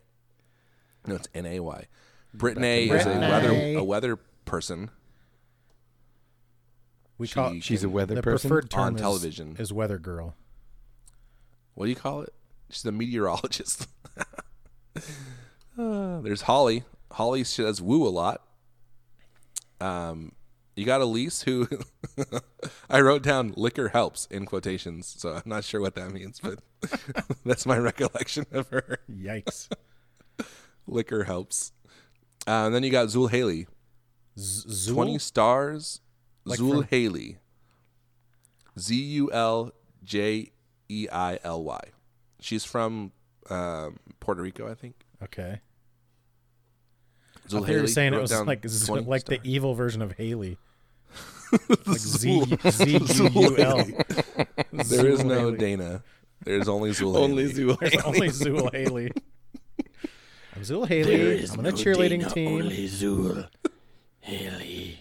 No, it's N A Y. Brittany is a
Brittany.
weather a weather person.
We call
She-
She's a weather
the
person.
preferred term
on
is-
television.
is weather girl.
What do you call it? She's a meteorologist. Uh, there's Holly. Holly she does woo a lot. Um, you got Elise who I wrote down liquor helps in quotations, so I'm not sure what that means, but that's my recollection of her.
Yikes.
Liquor helps. Uh, and then you got Zul Haley,
Z-
twenty
Zool?
stars.
Like
Zul
from-
Haley. Z U L J E I L Y. She's from um, Puerto Rico, I think.
Okay.
Zul
I thought you were saying it
wrote
was
down
like z-
20
like
star.
the evil version of Haley. like Z Z U U L.
There is no
Haley.
Dana. There's only Zul.
Only
Haley.
Zool.
There's only Zool Haley. I'm Zool Haley. I'm on a cheerleading team.
Zool. Haley.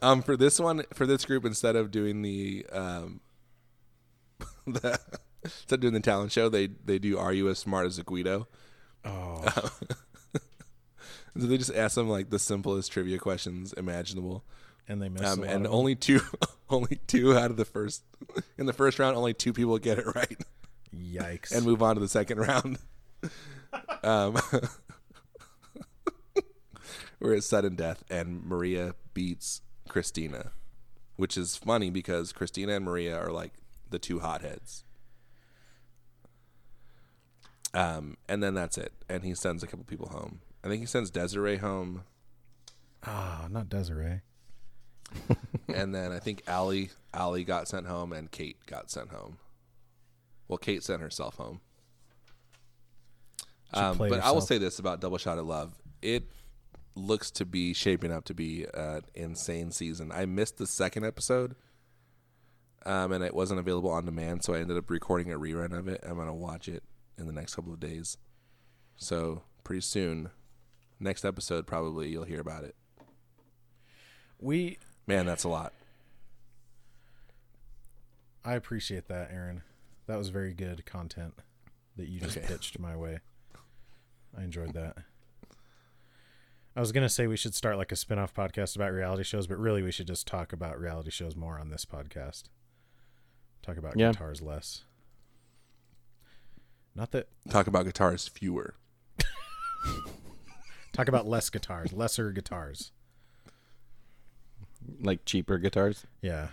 Um, for this one, for this group, instead of doing the um, the instead of doing the talent show, they they do "Are you as smart as a Guido?"
Oh,
So they just ask them like the simplest trivia questions imaginable.
and they missed
Um,
a lot
and
of-
only two, only two out of the first in the first round, only two people get it right.
yikes.
and move on to the second round. um, where it's sudden death, and Maria beats Christina, which is funny because Christina and Maria are like the two hotheads. Um, and then that's it. And he sends a couple people home. I think he sends Desiree home,
Ah, not Desiree.
and then I think Allie, Allie got sent home, and Kate got sent home. Well, Kate sent herself home.
She
Um, but
played
I will
herself.
say this about Double Shot of Love: it looks to be shaping up to be an insane season. I missed the second episode, um, and it wasn't available on demand, so I ended up recording a rerun of it. I'm gonna watch it in the next couple of days. So pretty soon, next episode probably you'll hear about it.
we
Man, that's a lot.
I appreciate that, Aaron. That was very good content that you just
Okay.
pitched my way. I enjoyed that. I was gonna say we should start like a spin-off podcast about reality shows, but really we should just talk about reality shows more on this podcast. Talk about
Yeah.
guitars less. Not that
Talk about guitars fewer.
talk about less guitars, lesser guitars.
Like cheaper guitars.
Yeah.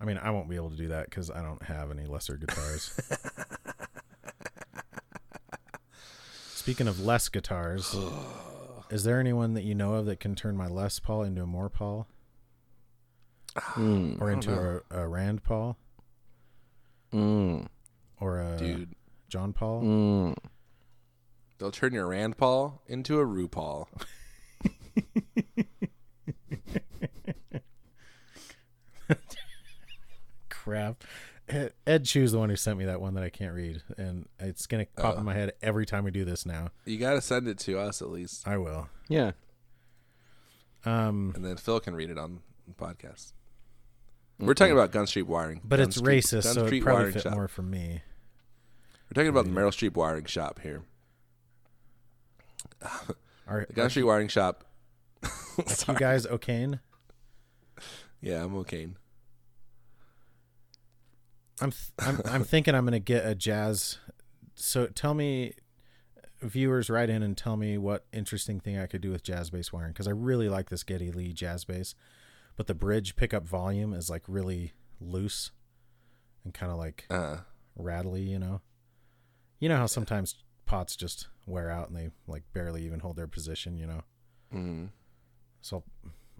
I mean, I won't be able to do that because I don't have any lesser guitars. Speaking of less guitars, is there anyone that you know of that can turn my Les Paul into a more Paul
Mm.
or into a, a Rand Paul
Mm.
or a
Dude,
John Paul?
Mm.
they'll turn your Rand Paul into a RuPaul.
Crap. Ed- Ed Chu's the one who sent me that one that I can't read, and it's gonna pop in my head every time we do this now.
You got to send it to us at least,
I will.
Yeah.
Um,
and then Phil can read it on the podcast. We're talking about Gun Street Wiring,
Mm-hmm. but
Gun
it's
Street-
racist,
Gun
so it
Street
probably
Wiring
fit
Shop.
more for me.
We're talking about the Meryl Streep Wiring Shop here.
Are,
The Gun Street Wiring Shop. Sorry.
you guys okayin?
yeah, I'm okay.
I'm th- I'm I'm thinking I'm gonna get a jazz. So tell me, viewers, write in and tell me what interesting thing I could do with jazz bass wiring because I really like this Getty Lee jazz bass, but the bridge pickup volume is like really loose and kind of like
Uh,
rattly, you know. You know how sometimes pots just wear out and they like barely even hold their position, you know.
mm.
So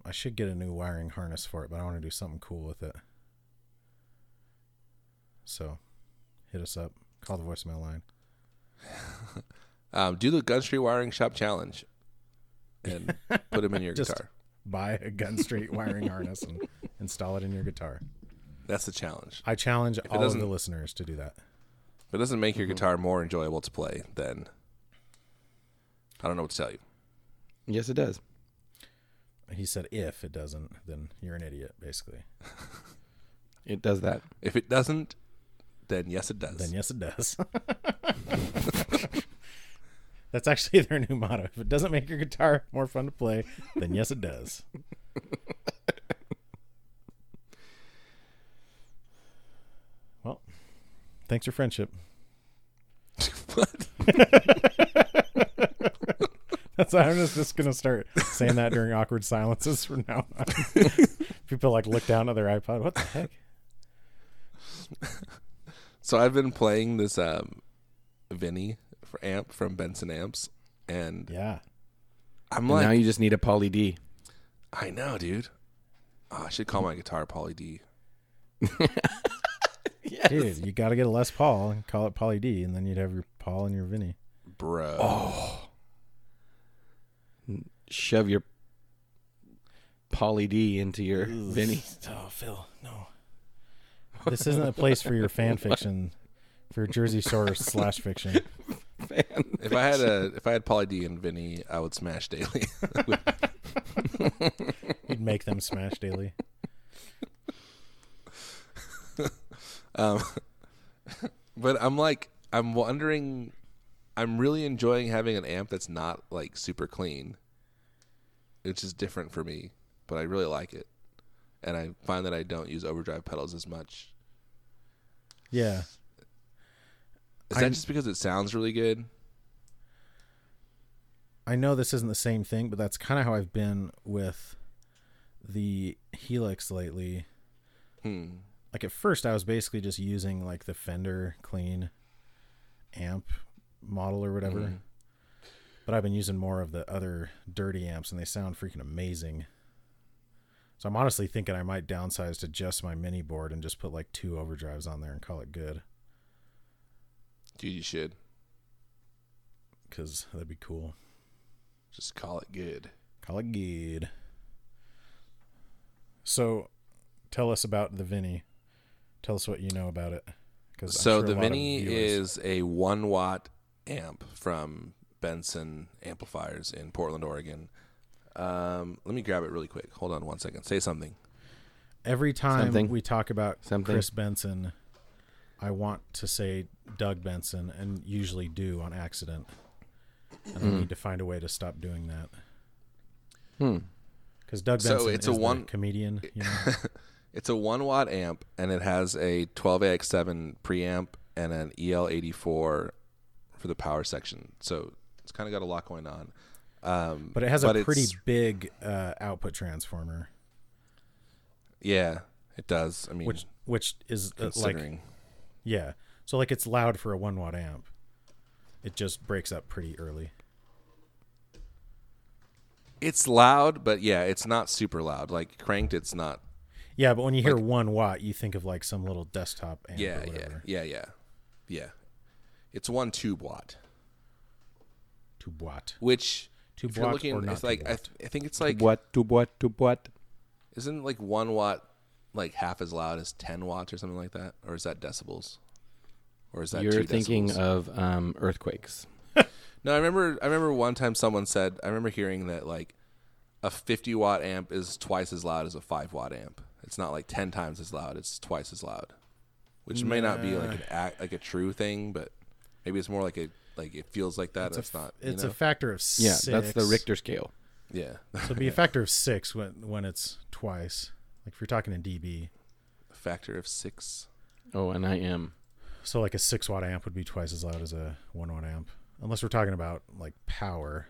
I should get a new wiring harness for it, but I want to do something cool with it. So hit us up. Call the voicemail line.
um, do the Gun Street Wiring Shop challenge, and put them in your
Just-
guitar.
Buy a Gun Street wiring harness and install it in your guitar.
That's the challenge.
I challenge all of
doesn't-
the listeners to do that.
But it doesn't make your
Mm-hmm.
guitar more enjoyable to play than. I don't know what to tell you.
Yes, it does.
He said, if it doesn't, then you're an idiot, basically.
It does that.
If it doesn't, then yes, it does.
Then yes, it does. That's actually their new motto. If it doesn't make your guitar more fun to play, then yes, it does. well, thanks for friendship.
what?
That's I'm just, just gonna start saying that during awkward silences from now on. People like look down at their iPod. What the heck?
So I've been playing this um, Vinny for amp from Benson Amps, and
Yeah.
I'm
And
like,
now you just need a poly D.
I know, dude. Oh, I should call my guitar Poly D.
Dude, you got to get a Les Paul and call it Poly D, and then you'd have your Paul and your Vinny.
Bro.
Oh, Shove your poly D into your Vinny.
Oh, Phil, no. This isn't a place for your fan fiction, for your Jersey Shore slash fiction.
If I had a if I had Poly D and Vinny, I would smash daily.
You'd make them smash daily.
Um, but I'm like, I'm wondering, I'm really enjoying having an amp that's not like super clean. It's just different for me, but I really like it. And I find that I don't use overdrive pedals as much.
Yeah.
Is
I'm-
that just because it sounds really good?
I know this isn't the same thing, but that's kind of how I've been with the Helix lately.
Hmm.
Like at first, I was basically just using like the Fender Clean amp model or whatever.
Mm.
But I've been using more of the other dirty amps, and they sound freaking amazing. So I'm honestly thinking I might downsize to just my mini board and just put like two overdrives on there and call it good,
Dude, you should
because that'd be cool.
just call it good.
Call it good. So, tell us about the Vinny. Tell us what you know about it. Cause I'm
So
sure a
the
lot of
Mini
viewers-
is a one watt amp from Benson Amplifiers in Portland, Oregon. Um, let me grab it really quick. Hold on one second. Say something.
every time
Something.
we talk about
Something.
Chris Benson, I want to say Doug Benson, and usually do on accident. And I need to find a way to stop doing that.
Hmm.
Because Doug
So
Benson
it's
is
a
the
one-
comedian. You know?
It's a one watt amp, and it has a 12AX7 preamp and an EL84 for the power section. So it's kind of got a lot going on. Um,
but it has a
it's-
pretty big uh, output transformer,
yeah, it does. I mean,
which which is uh, like
considering
Yeah. So like it's loud for a one watt amp. It just breaks up pretty early.
it's loud, but yeah, it's not super loud. Like cranked, it's not.
Yeah, but when you hear one watt, you think of like some little desktop amp
Yeah,
or
yeah,
whatever.
yeah, yeah, yeah. It's one tube watt,
Two watt.
which
Tube
if you're
watt
looking,
or not
it's like
tube
I,
watt?
th- I think it's like
What to what to what?
isn't like one watt like half as loud as ten watts or something like that, or is that decibels? Or is that
You're
two
thinking
decibels?
uh,
of um, earthquakes.
No, I remember. I remember one time someone said. I remember hearing that like a 50 watt amp is twice as loud as a 5 watt amp. It's not like 10 times as loud. It's twice as loud, which may not be like an act, like a true thing, but maybe it's more like a like it feels like that. It's, not. you
It's
know?
a factor of
Yeah,
six.
that's the Richter scale.
yeah.
So it'd be a factor of six when when it's twice. Like if you're talking in dB,
Factor of six.
Oh, and I am.
so like a six watt amp would be twice as loud as a one watt amp, unless we're talking about like power.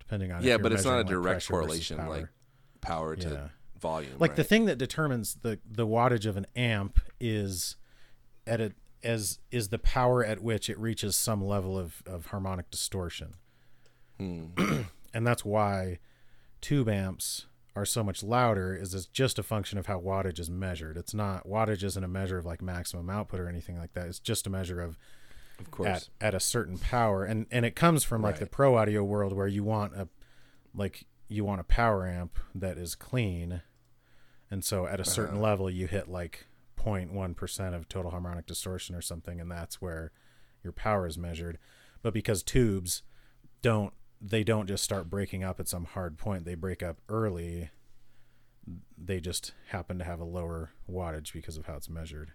Depending on if
yeah,
you're
but it's not a
measuring, like,
direct
pressure versus
correlation
power.
like power to
Yeah.
volume.
like the
right?
thing that determines the the wattage of an amp is at a as is the power at which it reaches some level of of harmonic distortion and that's why tube amps are so much louder is it's just a function of how wattage is measured it's not wattage isn't a measure of like maximum output or anything like that it's just a measure of
Of course.
at, at a certain power and and it comes from like the
Right.
pro audio world where you want a like you want a power amp that is clean and so at a certain level you hit like 0.1% of total harmonic distortion or something and that's where your power is measured but because tubes don't they don't just start breaking up at some hard point they break up early they just happen to have a lower wattage because of how it's measured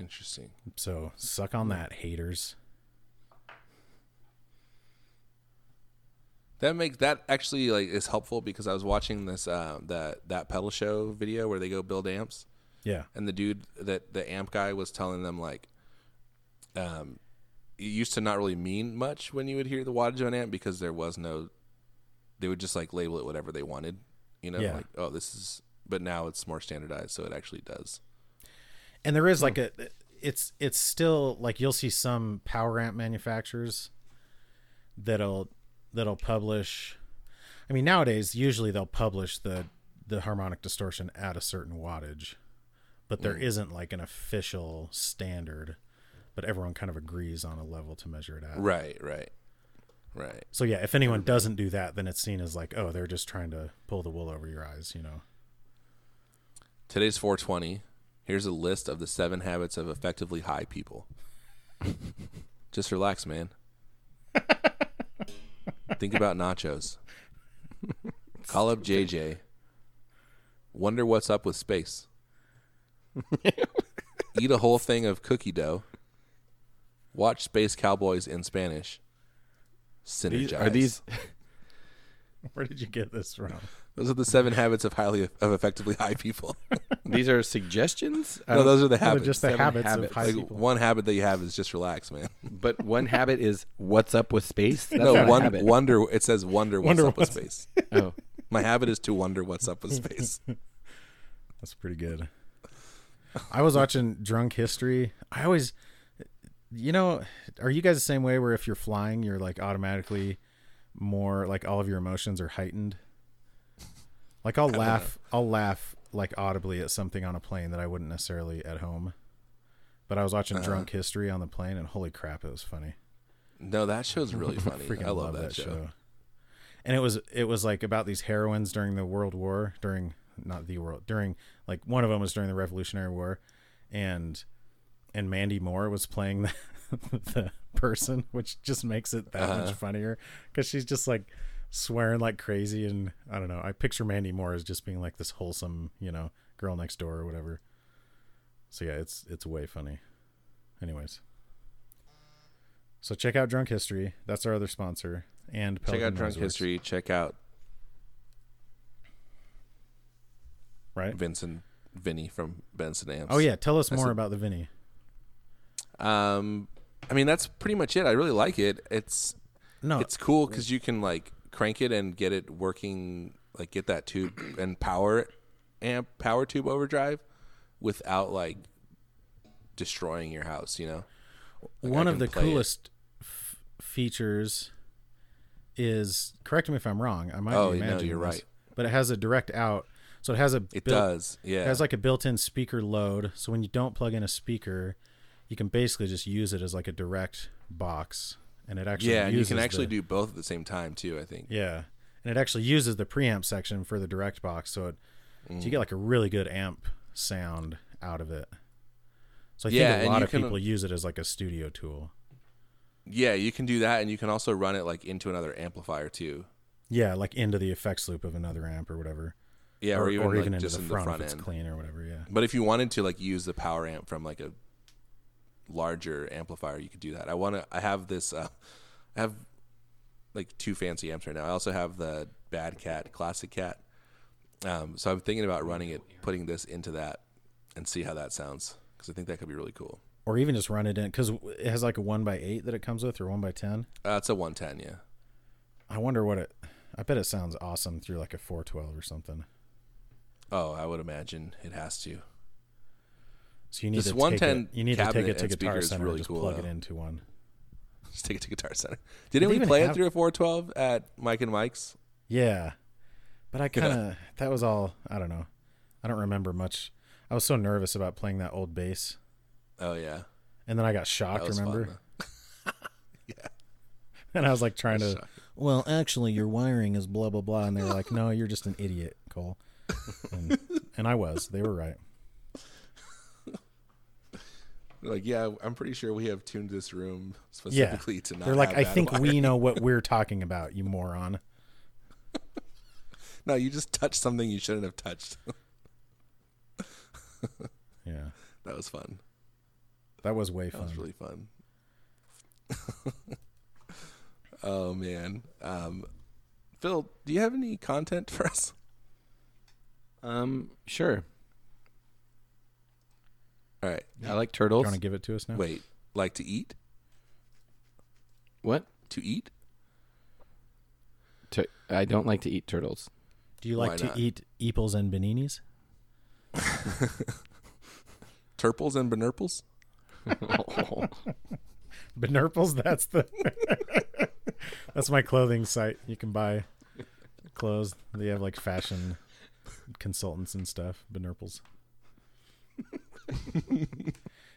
Interesting.
so suck on that haters
That makes that actually like is helpful because I was watching this um, that that pedal show video where they go build amps
yeah
and the dude that the amp guy was telling them like, um, it used to not really mean much when you would hear the wattage of an amp because there was no, they would just like label it whatever they wanted, you know,
Yeah.
like oh this is. But now it's more standardized, so it actually does.
and there is like a it's it's still like you'll see some power amp manufacturers that'll that'll publish i mean nowadays usually they'll publish the the harmonic distortion at a certain wattage but there not like an official standard but everyone kind of agrees on a level to measure it at
Right, right, right.
so yeah if anyone doesn't do that then it's seen as like oh they're just trying to pull the wool over your eyes you know
Today's 420. Here's a list of the seven habits of effectively high people. Just relax, man. Think about nachos. Call up JJ. Wonder what's up with space. Eat a whole thing of cookie dough. Watch Space Cowboys in Spanish. Synergize.
These, are these
where did you get this from
Those are the seven habits of highly of effectively high people.
these are suggestions? I
no,
don't-
those are the
They're
habits.
just the
seven
habits, of
habits.
high
like
people
one habit that you have is just relax, man.
but one habit is what's up with space. That's
no,
not a
one
habit.
wonder. It says wonder what's
Wonder
up with
what's-
space.
Oh.
My habit is to wonder what's up with space.
That's pretty good. I was watching Drunk History. I always, you know, are you guys the same way where if you're flying, you're like automatically more like all of your emotions are heightened? Like I'll laugh, I'll laugh like audibly at something on a plane that I wouldn't necessarily at home. But I was watching Drunk History on the plane, and holy crap, it was funny.
No, that show's really funny.
Freaking
I love, that, show.
And it was it was like about these heroines during the World War, during not the world, during like one of them was during the Revolutionary War, and and Mandy Moore was playing the, the person, which just makes it that
Uh-huh.
much funnier because she's just like swearing like crazy, and I don't know. I picture Mandy Moore as just being like this wholesome, you know, girl next door or whatever. So yeah, it's it's way funny. Anyways. So check out Drunk History. That's our other sponsor. And
Check
Pelican
out Drunk
Noiseworks,
History. Check out
right?
Vincent Vinny from Benson Amps.
Oh yeah, tell us
That's
more
a-
about the Vinny.
Um, I mean that's pretty much it. I really like it. It's
No,
it's cool because you can like crank it and get it working, like get that tube and power amp power tube overdrive without like destroying your house. You know. Like, I
one of
can
the
play it.
coolest f- features is correct me if I'm wrong. I might
Oh, no,
be imagining
you're
this,
right.
But it has a direct out, so it has a
It
built-
does. Yeah.
It has like a built-in speaker load, so when you don't plug in a speaker, you can basically just use it as like a direct box, and it actually
yeah, and you can
uses
actually
the-
do both at the same time too. I think.
Yeah. And it actually uses the preamp section for the direct box, so it so you get like a really good amp sound out of it. So I
Yeah,
think
and
a lot
you
of
can-
people use it as like a studio tool.
Yeah, you can do that, and you can also run it like into another amplifier too.
Yeah, like into the effects loop of another amp or whatever.
Yeah, or, even like just in the front
if it's
end.
clean or whatever, yeah.
But if you wanted to like use the power amp from like a larger amplifier, you could do that. I want to. I have this. Uh, I have like two fancy amps right now. I also have the Bad Cat Classic Cat. Um, so I'm thinking about running it, putting this into that, and see how that sounds because I think that could be really cool.
Or even just run it in cuz it has like a 1 by 8 that it comes with or 1 by 10.
Uh, it's a 110, yeah.
I wonder what it I bet it sounds awesome through like a 412 or something.
Oh, I would imagine it has to.
So you need
This
to take
110
it, you need to take
cabinet
it to
and speaker
guitar
is
center
really
and just
cool,
plug it
though.
into one.
Just take it to Guitar Center. Didn't
they
we
even
play it
have-
through a 412 at Mike and Mike's?
Yeah. But I kind of that was all I don't know. I don't remember much. I was so nervous about playing that old bass,
Oh yeah,
and then I got
that
shocked.
was
Remember?
fun.
and I was like trying to.
shocking.
Well, actually, your wiring is blah blah blah, and they were like, "No, you're just an idiot, Cole." And, and I was. They were right.
They're like, yeah, I'm pretty sure we have tuned this room specifically to not.
They're like,
have
I
bad
think
wire."
we know what we're talking about, you moron.
No, you just touched something you shouldn't have touched.
Yeah,
that was fun.
that was way
That
fun.
was really fun. oh man, um, Phil, do you have any content for us?
Um, sure.
All right,
I like
you
turtles.
want to give it to us now?
wait. Like to eat?
What?
To eat?
Tur- I don't like to eat turtles.
Do you
Why
like to
not?
eat eeples and beninis?
Turples and benerples?
Oh,
Benurples, that's the that's my clothing site. You can buy clothes. They have like fashion consultants and stuff. Benurples.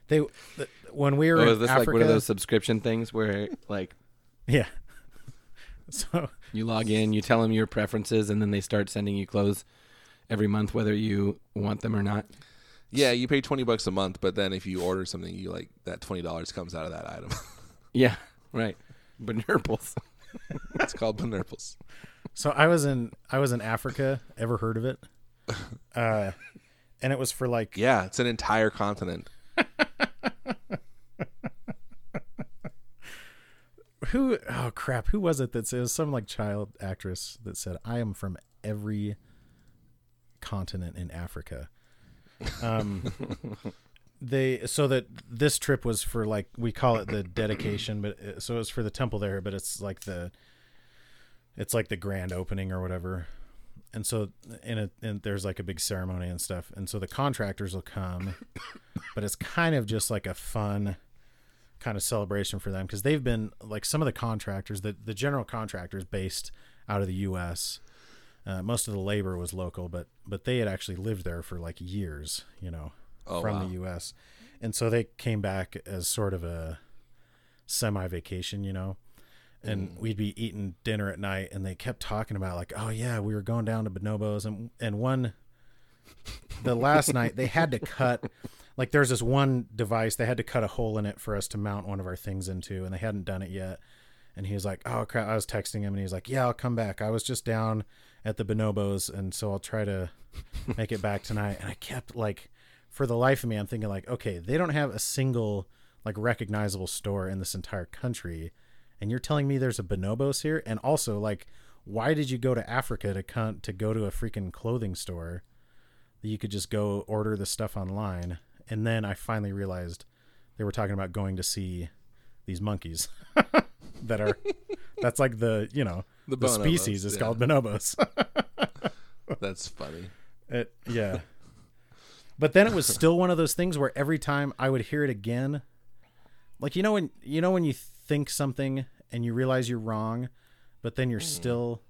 they th- when we were
Oh,
in
is this
Africa,
like one of those subscription things where like
yeah. So
you log in, you tell them your preferences, and then they start sending you clothes every month, whether you want them or not?
Yeah, you pay twenty bucks a month, but then if you order something, you like that twenty dollars comes out of that item.
Yeah, right. Benerples.
it's called benerples.
So I was in I was in Africa. Ever heard of it? Uh, and it was for like
Yeah, it's an entire continent.
who? Oh crap! Who was it? That's it was some like child actress that said, "I am from every continent in Africa." Um, they so that this trip was for like we call it the dedication, but it- so it was for the temple there, but it's like the it's like the grand opening or whatever. And so in a and there's like a big ceremony and stuff, and so the contractors will come, but it's kind of just like a fun kind of celebration for them because they've been like some of the contractors the, the general contractors based out of the us uh, most of the labor was local but but they had actually lived there for like years you know
Oh,
from
wow.
the us and so they came back as sort of a semi vacation you know and
Mm.
we'd be eating dinner at night and they kept talking about like oh yeah we were going down to bonobos and and one the last night they had to cut like there's this one device they had to cut a hole in it for us to mount one of our things into and they hadn't done it yet and he was like oh crap i was texting him and he was like yeah i'll come back i was just down at the bonobos and so i'll try to make it back tonight and i kept like for the life of me i'm thinking like okay they don't have a single like recognizable store in this entire country and you're telling me there's a bonobos here and also like why did you go to africa to con- to go to a freaking clothing store that you could just go order the stuff online. And then I finally realized they were talking about going to see these monkeys that are that's like the you know
The
the,
bonobos,
species is
yeah.
called bonobos.
That's funny.
It- yeah. But then it was still one of those things where every time I would hear it again, like you know when you know when you think something and you realize you're wrong, but then you're still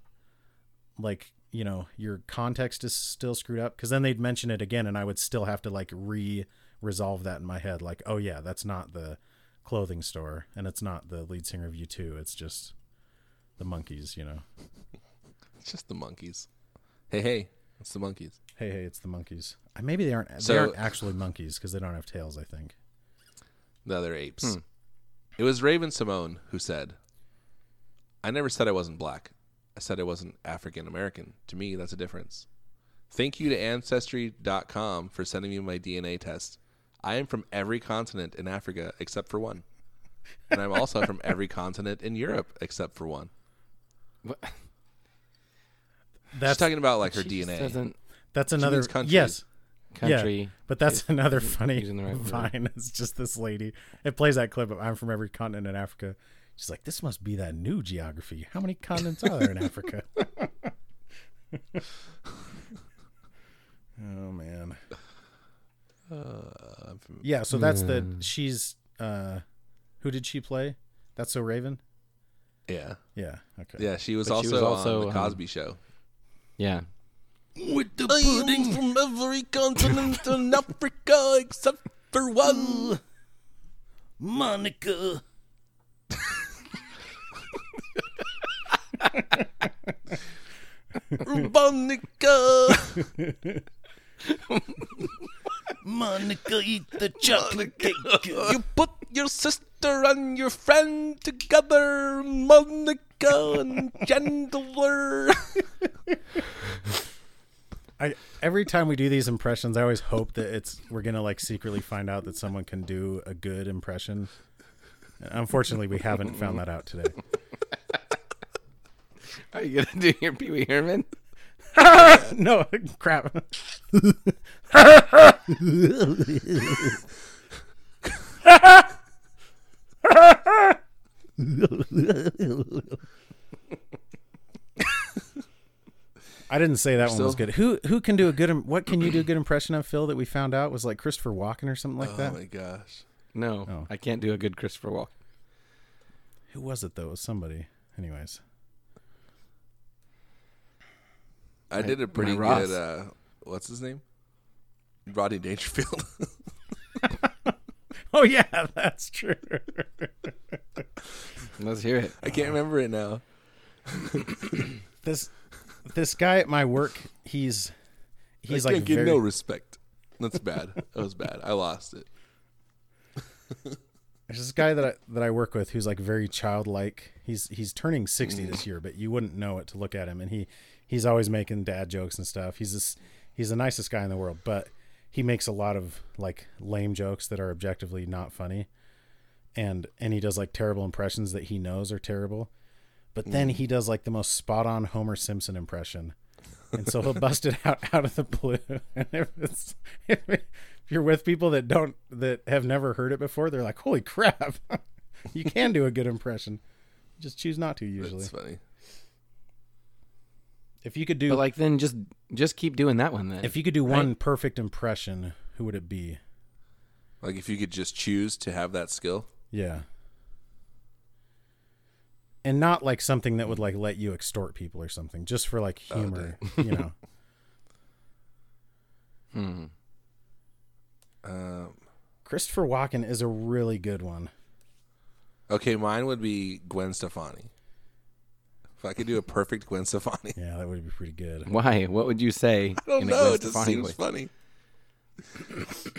like you know your context is still screwed up because then they'd mention it again and I would still have to like re resolve that in my head like oh yeah that's not the clothing store and it's not the lead singer of U2 it's just the monkeys you know
It's just the monkeys. Hey, hey, it's the monkeys.
Hey, hey, it's the monkeys. Uh, Maybe they aren't.
So-
they aren't actually monkeys because they don't have tails. I think.
The other
Hmm.
apes. It was Raven Simone who said, I never said I wasn't black. I said I wasn't African American. To me, that's a difference. Thank you to Ancestry.com for sending me my DNA test. I am from every continent in Africa except for one. And I'm also from every continent in Europe except for one.
What?
She's
That's
talking about like her
She just
DNA.
doesn't
that's another
means country.
yes,
country.
yeah. But that's another funny
using the right word.
vine. It's just this lady. It plays that clip of "I'm from every continent in Africa." She's like, "This must be that new geography. How many continents are there in Africa?" oh man.
I'm from-
Yeah. So that's the she's. uh Who did she play? That's so Raven.
yeah.
Yeah. Okay.
Yeah, she was,
But
also,
she was also,
on the
um,
Cosby Show.
Yeah.
With the
Mm.
pudding from every continent in Africa except for one.
Monica.
Mm.
Monica.
Monica, eat the chocolate cake.
You put your sister and your friend together, Monica and Chandler.
I every time we do these impressions, I always hope that it's we're gonna like secretly find out that someone can do a good impression. Unfortunately, we haven't found that out today.
Are you gonna do your Pee Wee Herman?
no crap. I didn't say that one was
still-
good. Who who can do a good? im- What can you do a good impression of Phil that we found out was like Christopher Walken or something like
Oh
that?
my gosh.
No,
Oh.
I can't do a good Christopher Walken.
Who was it though? It was somebody. Anyways,
I did a pretty
my Ross.
good uh what's his name? Roddy Dangerfield.
oh yeah, that's true.
Let's hear it.
I can't remember it now.
this this guy at my work, he's he's
I can't
like
get
very,
no respect. That's bad. that was bad. I lost it.
There's this guy that I, that I work with who's like very childlike. He's he's turning 60 this year, but you wouldn't know it to look at him and he he's always making dad jokes and stuff. He's this he's the nicest guy in the world, but he makes a lot of like lame jokes that are objectively not funny. And and he does like terrible impressions that he knows are terrible. But then
Mm.
he does like the most spot on Homer Simpson impression. And so he'll bust it out out of the blue. And if it's if, you're with people that don't that have never heard it before, they're like, "Holy crap!" you can do a good impression. You Just choose not to usually.
That's funny.
If you could do
But like, then just just keep doing that one then.
if you could do one perfect impression, who would it be?
Like if you could just choose to have that skill.
Yeah. And not like something that would like let you extort people or something, just for like
Oh,
humor, you know.
Hmm. Um,
Christopher Walken is a really good one.
okay, mine would be Gwen Stefani. If I could do a perfect Gwen Stefani.
Yeah, that would be pretty good.
Why? What would you say?
I don't
in a
know.
Gwen
It just
Stefani
seems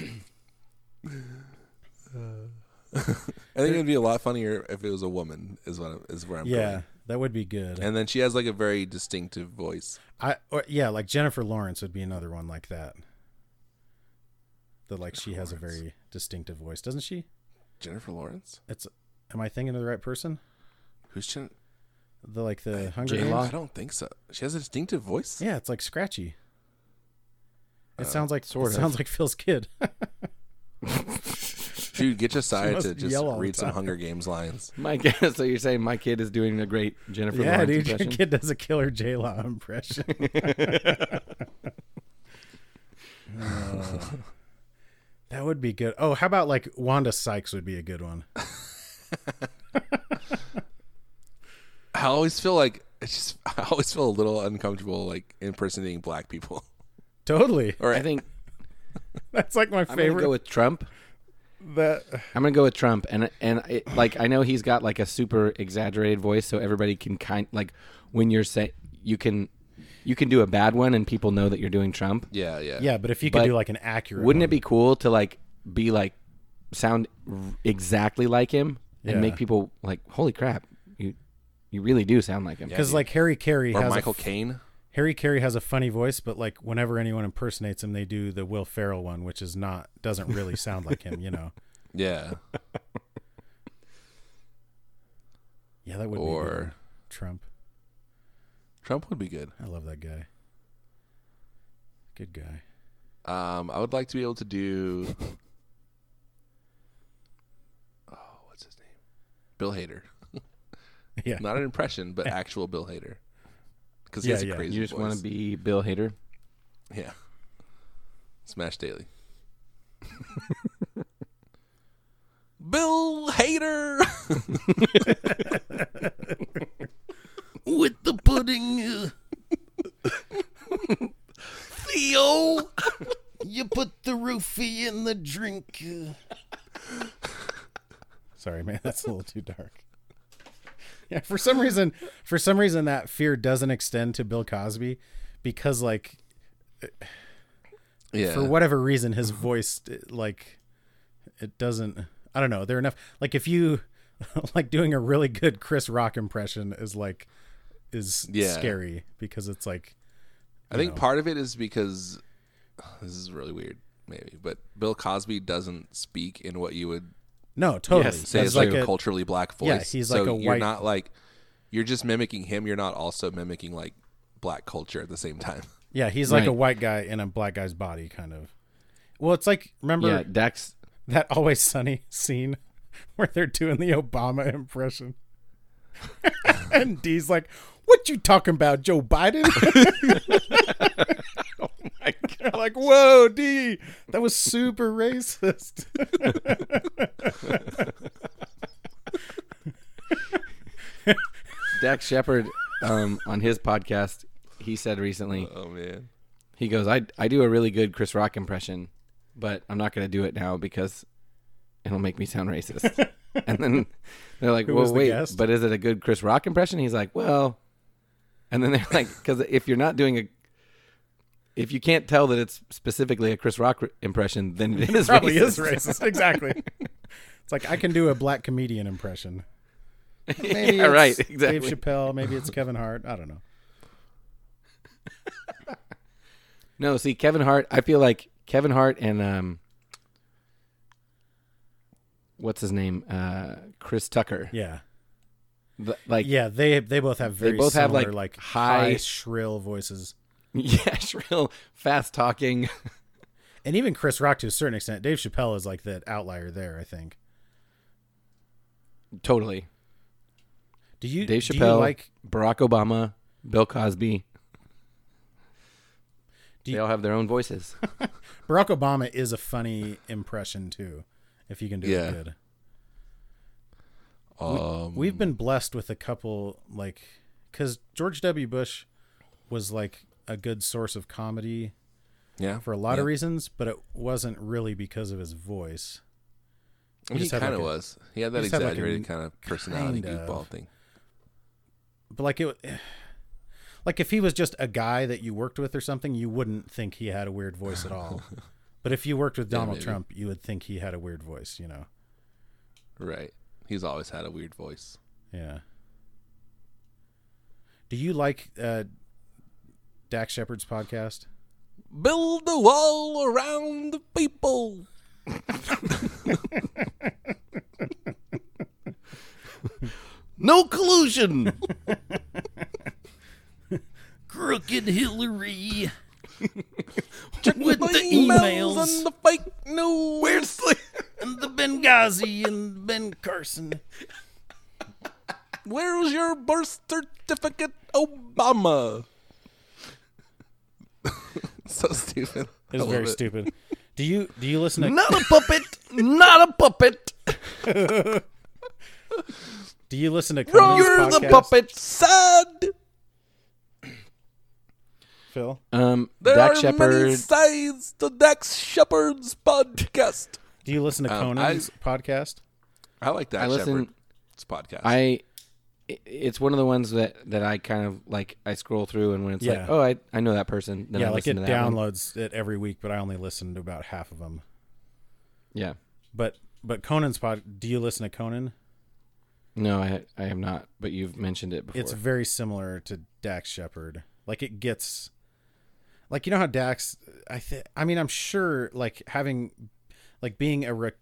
voice?
funny. I think it'd be a lot funnier if it was a woman. Is what I'm- is where I'm.
Yeah,
going.
that would be good.
and then she has like a very distinctive voice.
I or, yeah, like Jennifer Lawrence would be another one like that. That like she has a very distinctive voice, doesn't she?
Jennifer Lawrence.
It's am I thinking of the right person?
Who's Jen?
The like the Hunger
J-Lo?
Games.
I don't think so. She has a distinctive voice.
Yeah, it's like scratchy.
Uh,
It sounds like
sort
it
of.
sounds like Phil's kid.
Dude, get Josiah
must
to just
yell all the
read some
time.
Hunger Games lines.
My guess. So you're saying my kid is doing a great Jennifer
yeah,
Lawrence
dude, your
impression?
kid does a killer J Law impression. Uh, that would be good. Oh, how about like Wanda Sykes would be a good one.
I always feel like it's just. I always feel a little uncomfortable like impersonating black people.
Totally.
Or
I think
That's like my
I'm gonna
favorite.
go with Trump.
that
I'm gonna go with Trump, and and it, like I know he's got like a super exaggerated voice, so everybody can kind like when you're say you can you can do a bad one, and people know that you're doing Trump.
yeah, yeah,
Yeah, but if you could
But
do like an accurate,
Wouldn't it be cool to like be like sound r- exactly like him and
Yeah.
make people like, holy crap, you you really do sound like him?
because like Harry Carey
Or
has
Michael
a,
Caine.
Harry Carey has a funny voice, but like whenever anyone impersonates him, they do the Will Ferrell one, which is not doesn't really sound like him, you know.
Yeah.
Yeah, that would be a good one.
or
Trump.
Trump would be good.
I love that guy. Good guy.
Um, I would like to be able to do. Oh, what's his name? Bill Hader.
Yeah,
Not an impression, but actual Bill Hader. Because he
Yeah,
has a
yeah.
crazy
you just want
voice.
to be Bill Hader.
Yeah. Smash Daily. Bill Hader with the pudding. Theo, you put the roofie in the drink.
sorry, man, that's a little too dark. Yeah, for some reason, for some reason, that fear doesn't extend to Bill Cosby, because like
Yeah.
for whatever reason his voice like it doesn't i don't know they're enough like if you like doing a really good chris rock impression is like is
Yeah.
scary because it's like
I think part of it is because this is really weird, maybe, but Bill Cosby doesn't speak in what you would
no totally
Yes,
say
That's
is like,
like
a,
a-
culturally black voice.
Yeah, he's
so
like a
You're
white-
not like you're just mimicking him. You're not also mimicking like black culture at the same time.
yeah he's like a
Right.
white guy in a black guy's body kind of well it's like remember
Yeah, Dax.
that always sunny scene where they're doing the obama impression and d's like what you talking about joe biden
Oh
like whoa d that was super racist
Dax Shepard um, on his podcast, he said recently,
Oh man,
he goes, I, I do a really good Chris Rock impression, but I'm not going to do it now because it'll make me sound racist. and then they're like,
Who
well,
was the
wait,
guest?
but is it a good Chris Rock impression? He's like, well, and then they're like, because if you're not doing a, if you can't tell that it's specifically a Chris Rock impression, then it is
probably
racist.
is racist exactly it's like i can do a black comedian impression maybe
yeah,
it's
right, exactly.
dave chappelle maybe it's kevin hart i don't know
No, see, Kevin Hart. I feel like Kevin Hart and um, what's his name? Uh, Chris Tucker.
yeah
Th- like,
yeah they they both have very
both have,
similar,
like,
like
high-
high shrill voices
yeah, shrill, fast talking.
and even Chris Rock to a certain extent. Dave Chappelle is like that outlier there. I think.
totally.
Do you
Dave
do you
Chappelle,
like?
Barack Obama, Bill Cosby.
Do
they
you-
all have their own voices.
Barack Obama is a funny impression too, if you can do
Yeah.
it good.
um,
We've been blessed with a couple like because George W. Bush was like a good source of comedy
yeah,
for a lot of
Yeah.
reasons, but it wasn't really because of his voice.
I mean, he
just had,
kind of
like, a-
was. He had that
just had, like, a
exaggerated
n-
kind of personality
kind of-
goofball thing.
but like it like if he was just a guy that you worked with or something you wouldn't think he had a weird voice at all but if you worked with donald
maybe.
trump you would think he had a weird voice you know
Right. He's always had a weird voice.
yeah do you like uh dax shepard's podcast
Build a wall around the people.
no collusion.
crooked hillary
With
the emails.
and the fake news. Where's
and the benghazi and ben carson
Where's your birth certificate, Obama? so stupid. I
it's
love
Oh, very
it.
stupid do you do you listen to
not a puppet. Not a puppet.
do you listen to Cody's
You're the
podcast,
puppet.
Sad.
phil
Um,
There
Dax
are many
Shepard.
sides to Dax Shepard's podcast.
do you listen to
Um, I-
conan's podcast
I like Dax
I listen.
Shepard's podcast.
I i- it's one of the ones that that I kind of like I scroll through and when it's
Yeah.
like, oh, I I know that person, then
yeah,
I
like it
listen to that one.
downloads it every week, but I only listen to about half of them.
Yeah.
But but Conan's pod. Do you listen to Conan?
No, I I have not, but you've mentioned it before.
It's very similar to Dax Shepard. Like it gets, like you know how Dax. I think. I mean, I'm sure. Like having, like being a, rec-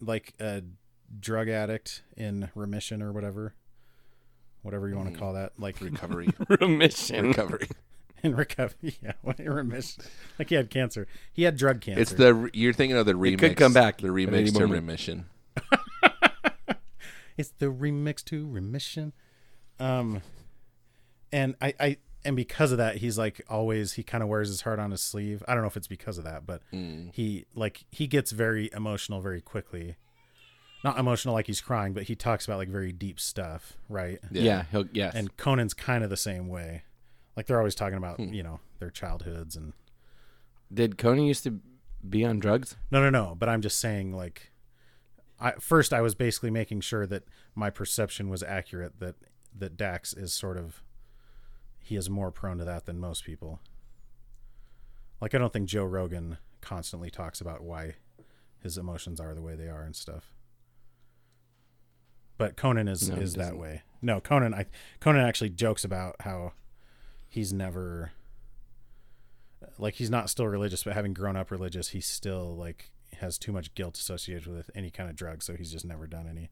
like a drug addict in remission or whatever, whatever you want to call that. Like
Mm-hmm. recovery.
remission.
recovery.
in recovery. Yeah, when in remission. Like he had cancer. He had drug cancer.
It's the re- you're thinking of the remix.
could come back
The
at
remix
any
to
moment.
remission.
It's the remix to remission. Um and I, I and because of that he's like always he kind of wears his heart on his sleeve. I don't know if it's because of that, but he like he gets very emotional very quickly. Not emotional like he's crying, but he talks about like very deep stuff, right?
Yeah. he'll yes.
And Conan's kind of the same way. Like they're always talking about, you know, their childhoods and
Did Conan used to be on drugs?
No, no, no. But I'm just saying, like, I first I was basically making sure that my perception was accurate that that Dax is sort of he is more prone to that than most people. Like I don't think Joe Rogan constantly talks about why his emotions are the way they are and stuff. But Conan is
No, he
is that
doesn't.
way. No, Conan I Conan actually jokes about how he's never like he's not still religious, but having grown up religious, he's still like has too much guilt associated with any kind of drug, so he's just never done any.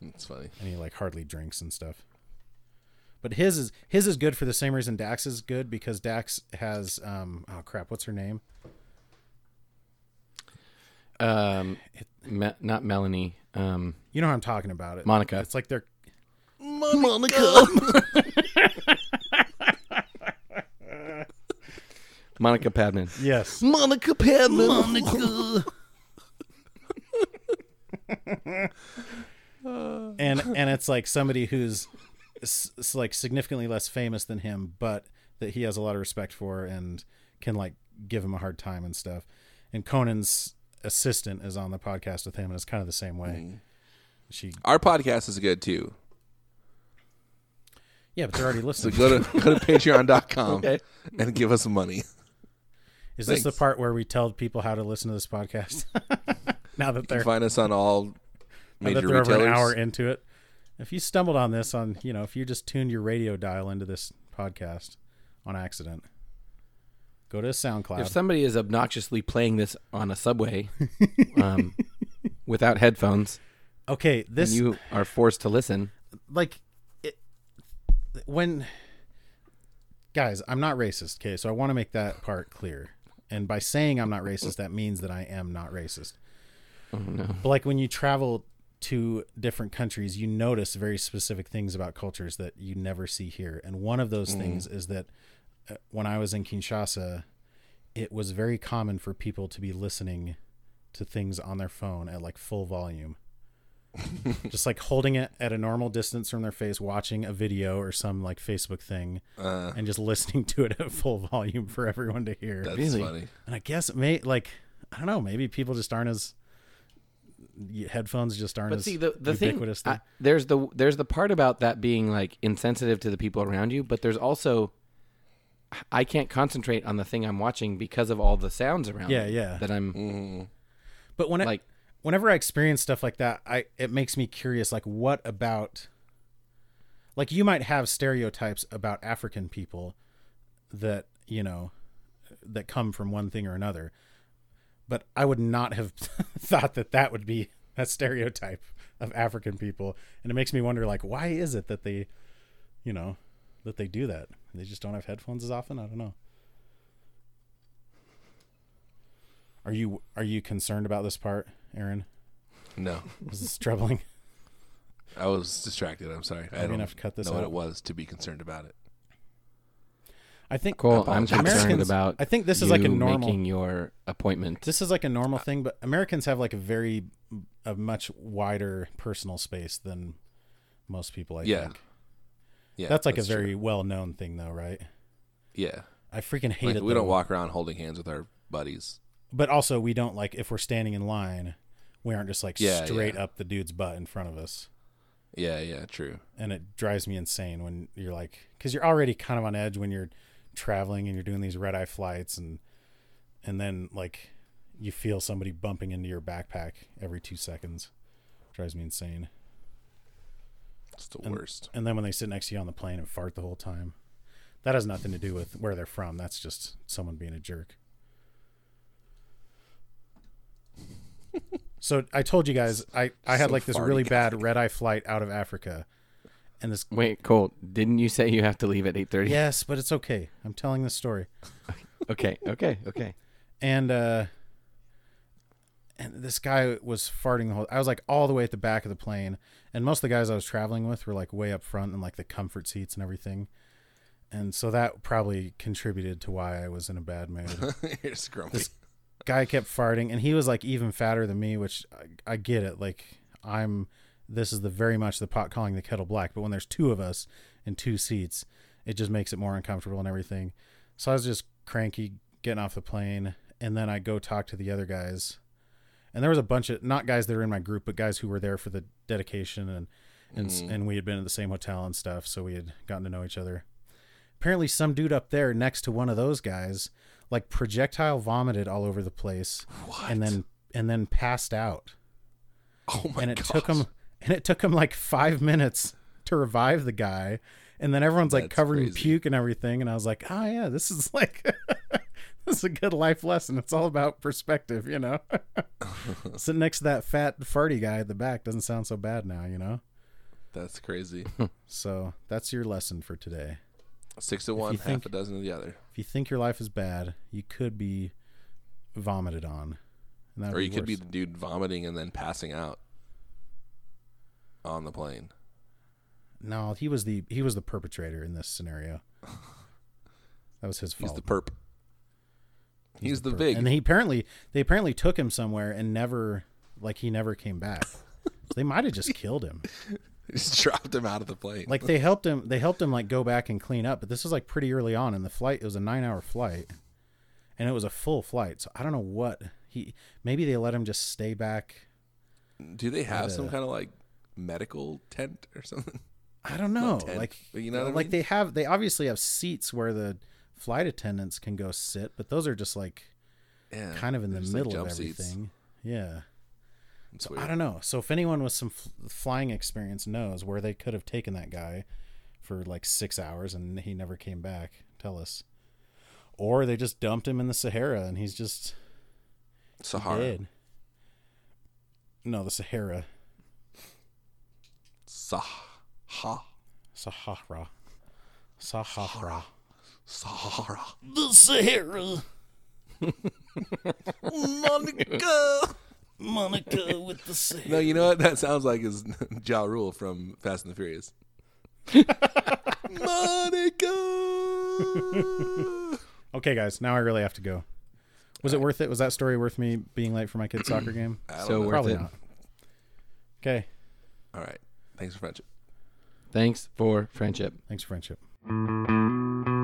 It's funny.
and he like hardly drinks and stuff. But his is his is good for the same reason Dax is good because Dax has um oh crap what's her name
Um, Me- not Melanie. Um,
you know what I'm talking about it
Monica.
it's like they're
Monica.
Monica Padman.
yes
Monica Padman. Monica.
and and it's like somebody who's s- s- like significantly less famous than him but that he has a lot of respect for and can like give him a hard time and stuff and Conan's assistant is on the podcast with him and it's kind of the same way
Mm.
she
Our podcast is good too.
yeah but they're already
So
listening
go to go to patreon.com
Okay.
and give us money.
Is this the
Thanks.
part where we tell people how to listen to this podcast? now that
You
they're,
can find us on all
now that
major
they're over an hour
retailers.
into it. If you stumbled on this on, you know, if you just tuned your radio dial into this podcast on accident, go to SoundCloud.
If somebody is obnoxiously playing this on a subway um, without headphones,
okay,
and
this
you are forced to listen.
like it, when guys, I'm not racist, okay? So I want to make that part clear. And by saying I'm not racist, that means that I am not racist. But like when you travel to different countries, you notice very specific things about cultures that you never see here. And one of
Mm-hmm.
those things is that uh, when I was in Kinshasa, it was very common for people to be listening to things on their phone at like full volume. Just like holding it at a normal distance from their face, watching a video or some like Facebook thing,
Uh,
and just listening to it at full volume for everyone to hear.
that's
Really?
funny.
And I guess it may like I don't know. Maybe people just aren't as y- headphones just aren't
But
as
see, the the thing,
ubiquitous.
I- there's the there's the part about that being like insensitive to the people around you, but there's also I can't concentrate on the thing I'm watching because of all the sounds around.
Yeah,
me
yeah.
That I'm
but when
like-
I, whenever I experience stuff like that, I it makes me curious. Like, what about? Like, you might have stereotypes about African people that you know that come from one thing or another, but I would not have thought that that would be a stereotype of African people, and it makes me wonder, like, why is it that they, you know, that they do that? They just don't have headphones as often. I don't know. Are you are you concerned about this part, Aaron?
No,
Is this troubling?
I was distracted. I'm sorry. I
gonna
don't
have to cut this
know what
out.
it was to be concerned about it.
I think
cool. I'm
Apologies.
concerned
Americans-
about.
I think this is like a
you
normal-
making Uh, your appointment.
this is like a normal thing, but Americans have like a very a much wider personal space than most people. I
Yeah.
think
Yeah,
that's like a
true.
very well known thing, though, right?
yeah.
I freaking hate
Like,
it.
we
though.
don't walk around holding hands with our buddies.
but also we don't like if we're standing in line, we aren't just like
Yeah,
straight
yeah.
up the dude's butt in front of us,
Yeah, yeah, true.
and it drives me insane when you're like, because you're already kind of on edge when you're traveling and you're doing these red eye flights, and and then like you feel somebody bumping into your backpack every two seconds, drives me insane.
It's the
And-
worst.
And then when they sit next to you on the plane and fart the whole time, that has nothing to do with where they're from. That's just someone being a jerk. so I told you guys I, I had
So
like this
farty.
really bad red eye flight out of Africa. And this
Wait, Cole, didn't you say you have to leave at eight thirty?
Yes, but it's okay. I'm telling this story.
Okay. Okay. Okay.
and uh and this guy was farting the whole i was like all the way at the back of the plane and most of the guys i was traveling with were like way up front in like the comfort seats and everything and so that probably contributed to why i was in a bad mood
You're just grumpy.
guy kept farting and he was like even fatter than me which I, I get it like i'm this is the very much the pot calling the kettle black but when there's two of us in two seats it just makes it more uncomfortable and everything so i was just cranky getting off the plane and then i go talk to the other guys and there was a bunch of not guys that were in my group but guys who were there for the
Mm.
dedication and and, s and we had been at the same hotel and stuff so we had gotten to know each other apparently some dude up there next to one of those guys like projectile vomited all over the place
What?
and then and then passed out.
oh my
and it
gosh.
took him and it took him like 5 minutes to revive the guy and then everyone's like
That's
covered in
crazy.
puke and everything and I was like, "Oh yeah, this is like this is a good life lesson. It's all about perspective, you know." Sitting next to that fat farty guy at the back doesn't sound so bad now, you know?
That's crazy.
So, that's your lesson for today.
Six to one, half
think-
a dozen of the other,
if you think your life is bad, you could be vomited on. And that
or you could be
worse.
the dude vomiting and then passing out on the plane.
No, he was the he was the perpetrator in this scenario. That was his
He's
fault.
the perp. He's, the,
perp.
big.
And he apparently they apparently took him somewhere and never like he never came back. they might have just killed him.
He's dropped him out of the plane.
Like they helped him they helped him like go back and clean up, but this was like pretty early on in the flight. It was a 9-hour flight. And it was a full flight. So I don't know what he maybe they let him just stay back
Do they have
Had
some
a-
kind of like medical tent or something?
I don't know.
tent,
Like uh,
but you know what I
like
mean?
they have they obviously have seats where the flight attendants can go sit, but those are just like
Yeah,
kind of in the
they're just, like,
middle
jump
of
seats.
everything. Yeah.
It's
I
weird.
don't know. So if anyone with some f- flying experience knows where they could have taken that guy for like 6 hours and he never came back, tell us. Or they just dumped him in the Sahara and he's just
Sahara,
dead. No, the Sahara.
Sahara,
Sahara. Sahara.
Sahara,
The Sahara.
Monica.
Monica with the Sahara.
No, you know what that sounds like is Ja Rule from Fast and the Furious. Monica.
Okay, guys, now I really have to go. Was it worth it? Was that story worth me being late for my kid's soccer game?
I don't
So
know.
worth
Probably
it.
not. Okay,
All right. Thanks for friendship.
Thanks for friendship.
thanks for friendship.